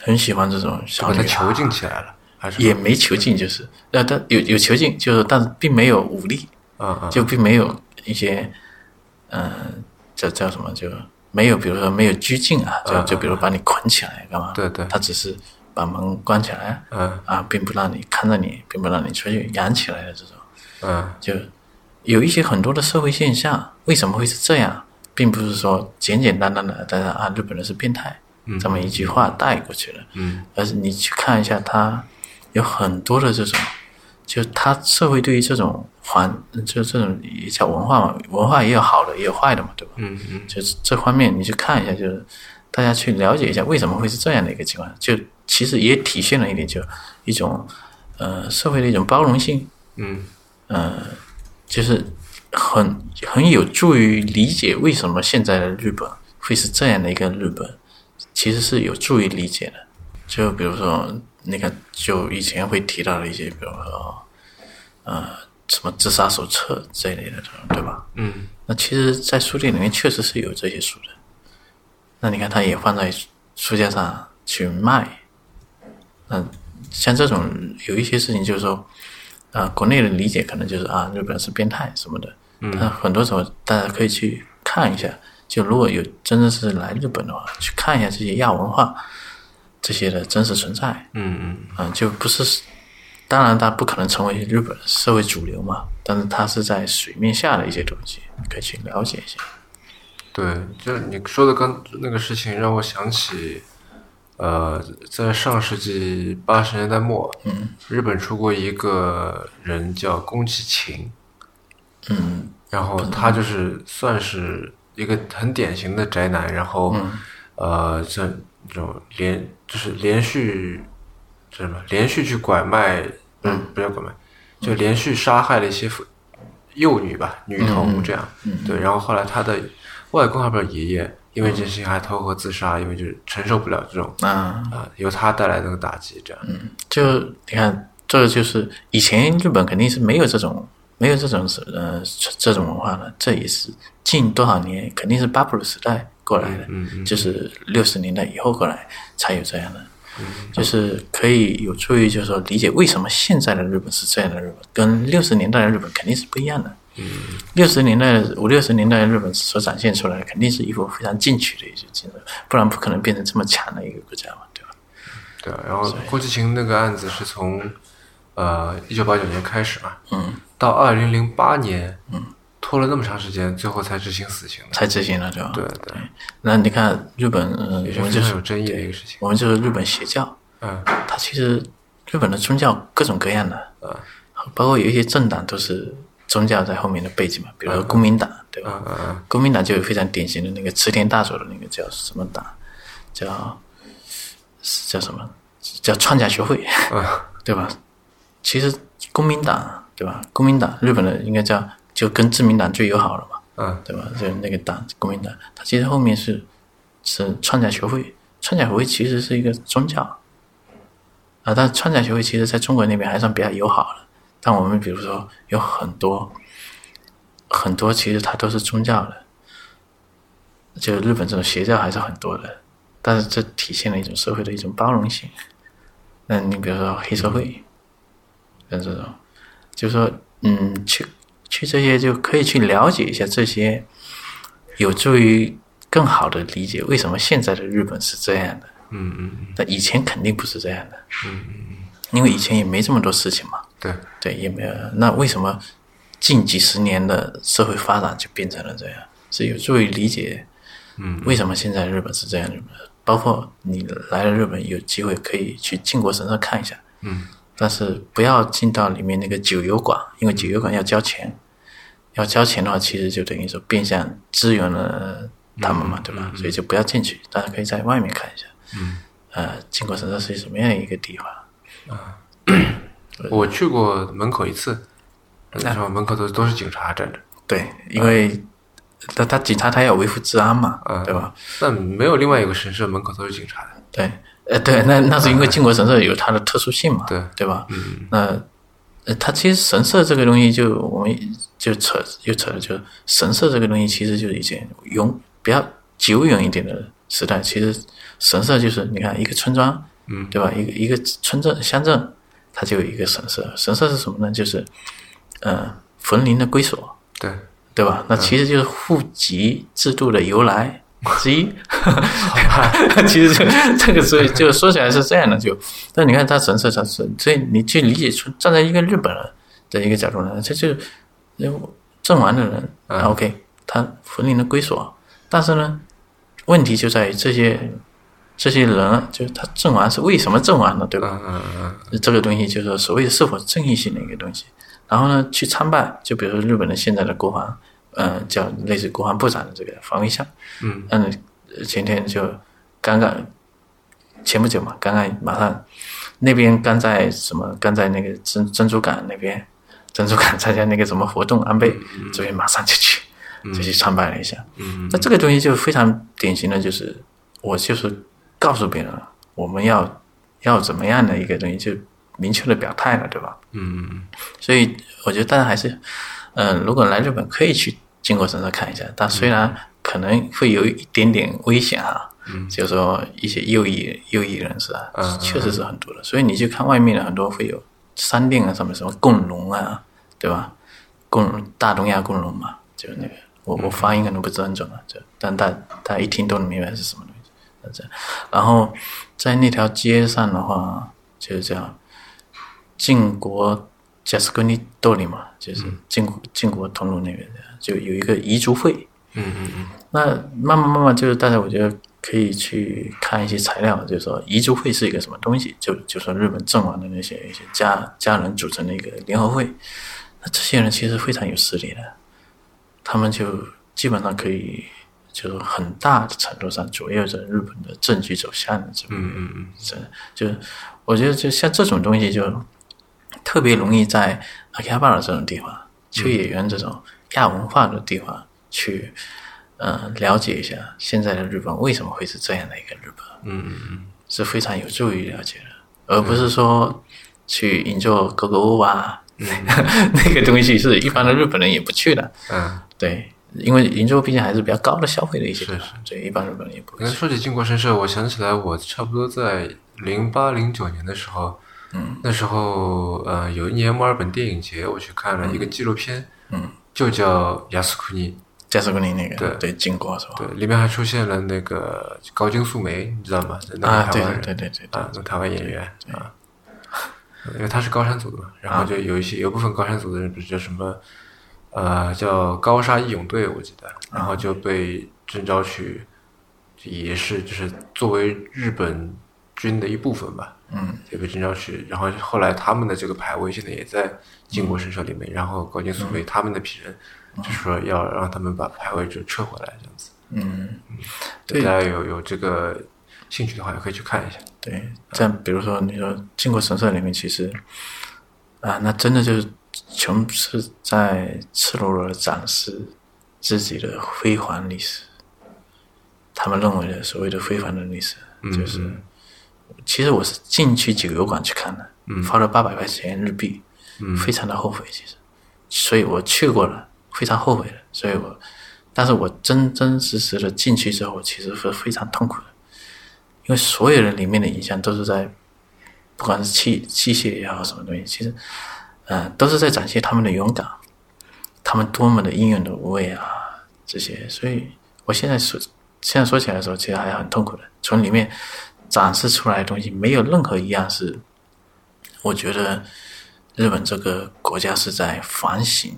很喜欢这种小
把
女
它囚
孩，
禁起来了，还是
啊也没囚禁，就是呃，但有有囚禁，就是但是并没有武力，
嗯嗯
就并没有一些，嗯、叫叫什么就没有，比如说没有拘禁啊，就就比如把你捆起来干嘛？
对对
他只是把门关起来，
嗯
啊，并不让你看着你，并不让你出去养起来的这种，
嗯
就有一些很多的社会现象，为什么会是这样，并不是说简简单单的，但是啊，日本人是变态，这么一句话带过去了，
嗯，
而是你去看一下他有很多的这种，就他社会对于这种环，就这种也叫文化嘛，文化也有好的，也有坏的嘛，对吧？
嗯嗯
就是这方面你去看一下，就是大家去了解一下为什么会是这样的一个情况，就其实也体现了一点，就一种呃社会的一种包容性，
嗯
就是很很有助于理解为什么现在的日本会是这样的一个日本，其实是有助于理解的。就比如说那个，就以前会提到的一些，比如说呃什么自杀手册这一类的，对吧？
嗯
那其实，在书店里面确实是有这些书的。那你看，它也放在书架上去卖。那像这种有一些事情，就是说，啊、国内的理解可能就是啊，日本人是变态什么的。嗯。但很多时候，大家可以去看一下。就如果有真的是来日本的话，去看一下这些亚文化这些的真实存在。
嗯
嗯，就不是，当然它不可能成为日本社会主流嘛，但是它是在水面下的一些东西，可以去了解一下。
嗯，对，就是你说的刚那个事情让我想起，呃，在上世纪八十年代末，
嗯
日本出过一个人叫宫崎勤，
嗯
然后他就是算是一个很典型的宅男，然后、
嗯
呃，这这种连就是连续这什么连续去拐卖，不是
嗯
不要拐卖，就连续杀害了一些妇幼女吧，女童这样。
嗯
对，然后后来他的外公还不是爷爷，因为这件事情还投河自杀，因为就是承受不了这种
啊，
啊、由他带来的打击，这样。
嗯就你看，这就是以前日本肯定是没有这种没有这种呃这这种文化的，这也是近多少年肯定是巴布鲁时代过来的，
嗯
就是六十年代以后过来才有这样的，
嗯
就是可以有助于就是说理解为什么现在的日本是这样的日本，跟六十年代的日本肯定是不一样的。
嗯
六十年代的五六十年代的日本所展现出来的，肯定是一副非常进取的一些精神，不然不可能变成这么强的一个国家嘛，对吧？
对，然后郭继勤那个案子是从呃一九八九年开始嘛，
嗯，
到二零零八年，嗯，拖了那么长时间，最后才执行死刑的。
才执行了，对吧？哎
对对，
那你看日本，嗯、
也
我
是
们
非
就
常
是
有争议的一个事情。
我们就是日本邪教，
嗯
它其实日本的宗教各种各样的，
嗯
包括有一些政党都是宗教在后面的背景嘛，比如说公民党，对吧？
嗯嗯嗯，
公民党就有非常典型的那个池田大佐的那个叫什么党，叫是叫什么？叫创价学会， 对吧？其实公民党，对吧？公民党日本的应该叫就跟自民党最友好了嘛，
嗯，
对吧？就是那个党，国民党，它其实后面是是创甲学会，创甲学会其实是一个宗教啊，但创甲学会其实在中国那边还算比较友好了。但我们比如说有很多很多，其实它都是宗教的，就日本这种邪教还是很多的，但是这体现了一种社会的一种包容性。那你比如说黑社会，像这种，就说嗯，去去这些就可以去了解一下这些，有助于更好的理解为什么现在的日本是这样的。
嗯嗯嗯，
那以前肯定不是这样的，因为以前也没这么多事情嘛，
对，
对，也没有。那为什么近几十年的社会发展就变成了这样？是有助于理解，
嗯，
为什么现在日本是这样？日本包括你来了日本，有机会可以去靖国神社看一下，
嗯
但是不要进到里面那个酒油馆，因为酒油馆要交钱，
嗯
要交钱的话，其实就等于说变相支援了他们嘛，对吧？所以就不要进去，大家可以在外面看一下。
嗯，
呃，靖国神社是什么样的一个地方？
我去过门口一次，那时候门口都都是警察站着，
对，因为他他警察他要维护治安嘛，
嗯
对吧？
但没有另外一个神社门口都是警察的。
对，呃，对，那那是因为靖国神社有它的特殊性嘛，
对
吧？嗯，那呃，它其实神社这个东西就，我们就扯又扯了，就神社这个东西，其实就是以前永比较久远一点的时代，其实神社就是你看一个村庄，嗯，对吧？一个一个村镇乡镇，它就有一个神社。神社是什么呢？就是呃，坟林的归所，
对，
对吧？那其实就是户籍制度的由来之一。 其实这这个所以就说起来是这样的，就但你看它神社它是，所以你去理解出站在一个日本人的一个角度来，这就是阵亡的人、o k 他坟林的归所，但是呢，问题就在于这些这些人啊，就是他阵亡是为什么阵亡的，对吧？
嗯嗯嗯
这个东西就是所谓的是否正义性的一个东西。然后呢，去参拜，就比如说日本的现在的国防，呃，叫类似国防部长的这个防卫相，
嗯，
嗯，前天就刚刚前不久嘛，刚刚马上那边刚在什么，刚在那个珍珍珠港那边，珍珠港参加那个什么活动，安倍这边马上就去就去参拜了一下。
嗯
那这个东西就非常典型的，就是我就是告诉别人了，我们要要怎么样的一个东西，就明确的表态了，对吧？
嗯嗯，
所以我觉得大家还是，嗯、如果来日本可以去靖国神社看一下，但虽然可能会有一点点危险啊，嗯、就是说一些右翼右翼人士啊，
嗯
确实是很多的，所以你去看外面的很多会有商店啊，上面什么贡龙啊，对吧？贡大东亚贡龙嘛，就是那个我
嗯
我发音可能不是很准啊，就但大大家一听都能明白是什么东西，那这样，然后在那条街上的话就是这样。晋国贾斯格尼豆里嘛，就是
嗯
晋国晋国同路那边的，就有一个彝族会。
嗯嗯嗯，
那慢慢慢慢就是大家我觉得可以去看一些材料，就是说彝族会是一个什么东西，就就说日本阵亡的那些一些家家人组成的一个联合会，那这些人其实非常有实力的，他们就基本上可以就是很大的程度上左右着日本的政局走向的这么
嗯嗯嗯，
这就我觉得就像这种东西就特别容易在阿克亚巴尔这种地方、秋叶原这种亚文化的地方去，呃，了解一下现在的日本为什么会是这样的一个日本，
嗯嗯嗯，
是非常有助于了解的，而不是说去营救狗狗屋啊， 那个东西是一般的日本人也不去的，
嗯，
对。因为银座毕竟还是比较高的消费的一些地方，所以一般日本人也不会
刚才
去。
说起靖国神社，我想起来，我差不多在零八零九年的时候，嗯，那时候呃有一年墨尔本电影节，我去看了一个纪录片，
嗯，
就叫《雅斯库尼》，
加斯格林那个
对
对经过是吧？
对，里面还出现了那个高金素梅，你知道吗？那
啊，
个台
对
湾人
对对对对，
啊，那台湾演员啊，因为他是高山族的嘛，
啊
然后就有一些有部分高山族的人，比如叫什么，呃，叫高沙义勇队，我记得，然
啊
后就被征召去，也是就是作为日本军的一部分吧，
嗯，
就被征召去，然后后来他们的这个牌位现在也在靖国神社里面，然后高金素
嗯
梅他们的批人就说要让他们把牌位就撤回来这样子，
嗯，
大
对
家有有这个兴趣的话也可以去看一下，
对，像比如说你说靖国神社里面，其实啊，那真的就是全是在赤裸裸的展示自己的辉煌历史，他们认为的所谓的辉煌的历史，就是、
嗯
其实我是进去几个油管去看的，
嗯
花了八百块钱日币，非常的后悔，其实，所以我去过了，非常后悔的，所以我，但是我真真实实的进去之后，其实是非常痛苦的，因为所有人里面的影像都是在，不管是器器械也好，什么东西，其实，呃，都是在展现他们的勇敢，他们多么的英勇的无畏啊，这些，所以我现在说，现在说起来的时候，其实还很痛苦的。从里面展示出来的东西，没有任何一样是，我觉得日本这个国家是在反省，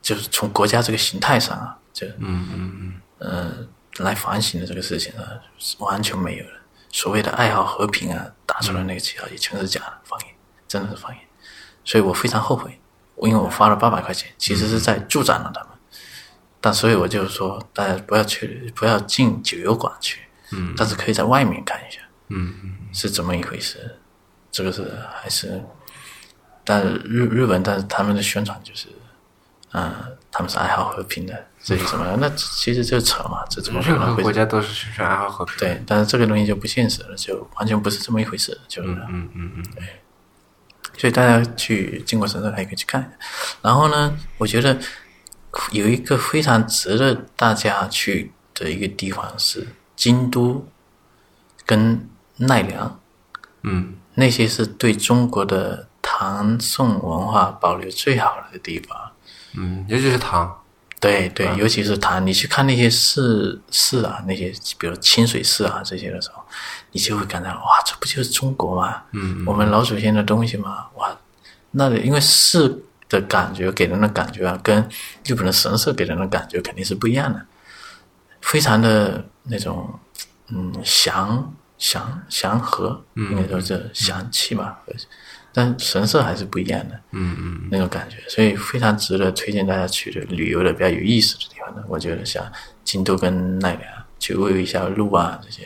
就是从国家这个形态上啊，就
嗯嗯嗯。
呃来反省的这个事情啊，是完全没有了。所谓的爱好和平啊，打出来那个旗号也全是假的方言，真的是方言。所以我非常后悔，因为我花了八百块钱，其实是在助长了他们。但所以我就说，大家不要去，不要进酒油馆去，嗯，但是可以在外面看一下，嗯，是怎么一回事？这个是还是，但日日本，但是他们的宣传就是，嗯、他们是爱好和平的，这些什么的，那其实就扯嘛，这怎么可
任
能
何
会
国家都是宣传爱好和平。，
对，但是这个东西就不现实了，就完全不是这么一回事，就是。
嗯嗯嗯
所以大家去靖国神社还可以去看一下。然后呢，我觉得有一个非常值得大家去的一个地方是京都跟奈良，
嗯
那些是对中国的唐宋文化保留最好的地方。
嗯，尤其是糖，啊
对对，尤其是唐，你去看那些寺寺啊，那些比如清水寺啊这些的时候，你就会感到哇，这不就是中国吗？
嗯，
我们老祖先的东西嘛，哇，那里因为寺的感觉给人的感觉啊，跟日本的神社给人的感觉肯定是不一样的，非常的那种嗯祥祥祥和，
嗯
应该说是祥气嘛，但神社还是不一样的。
嗯嗯
那种感觉，所以非常值得推荐大家去的旅游的比较有意思的地方呢。我觉得像京都跟奈良去喂一下鹿啊，这些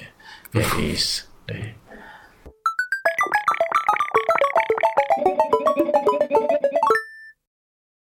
比较有意思。对，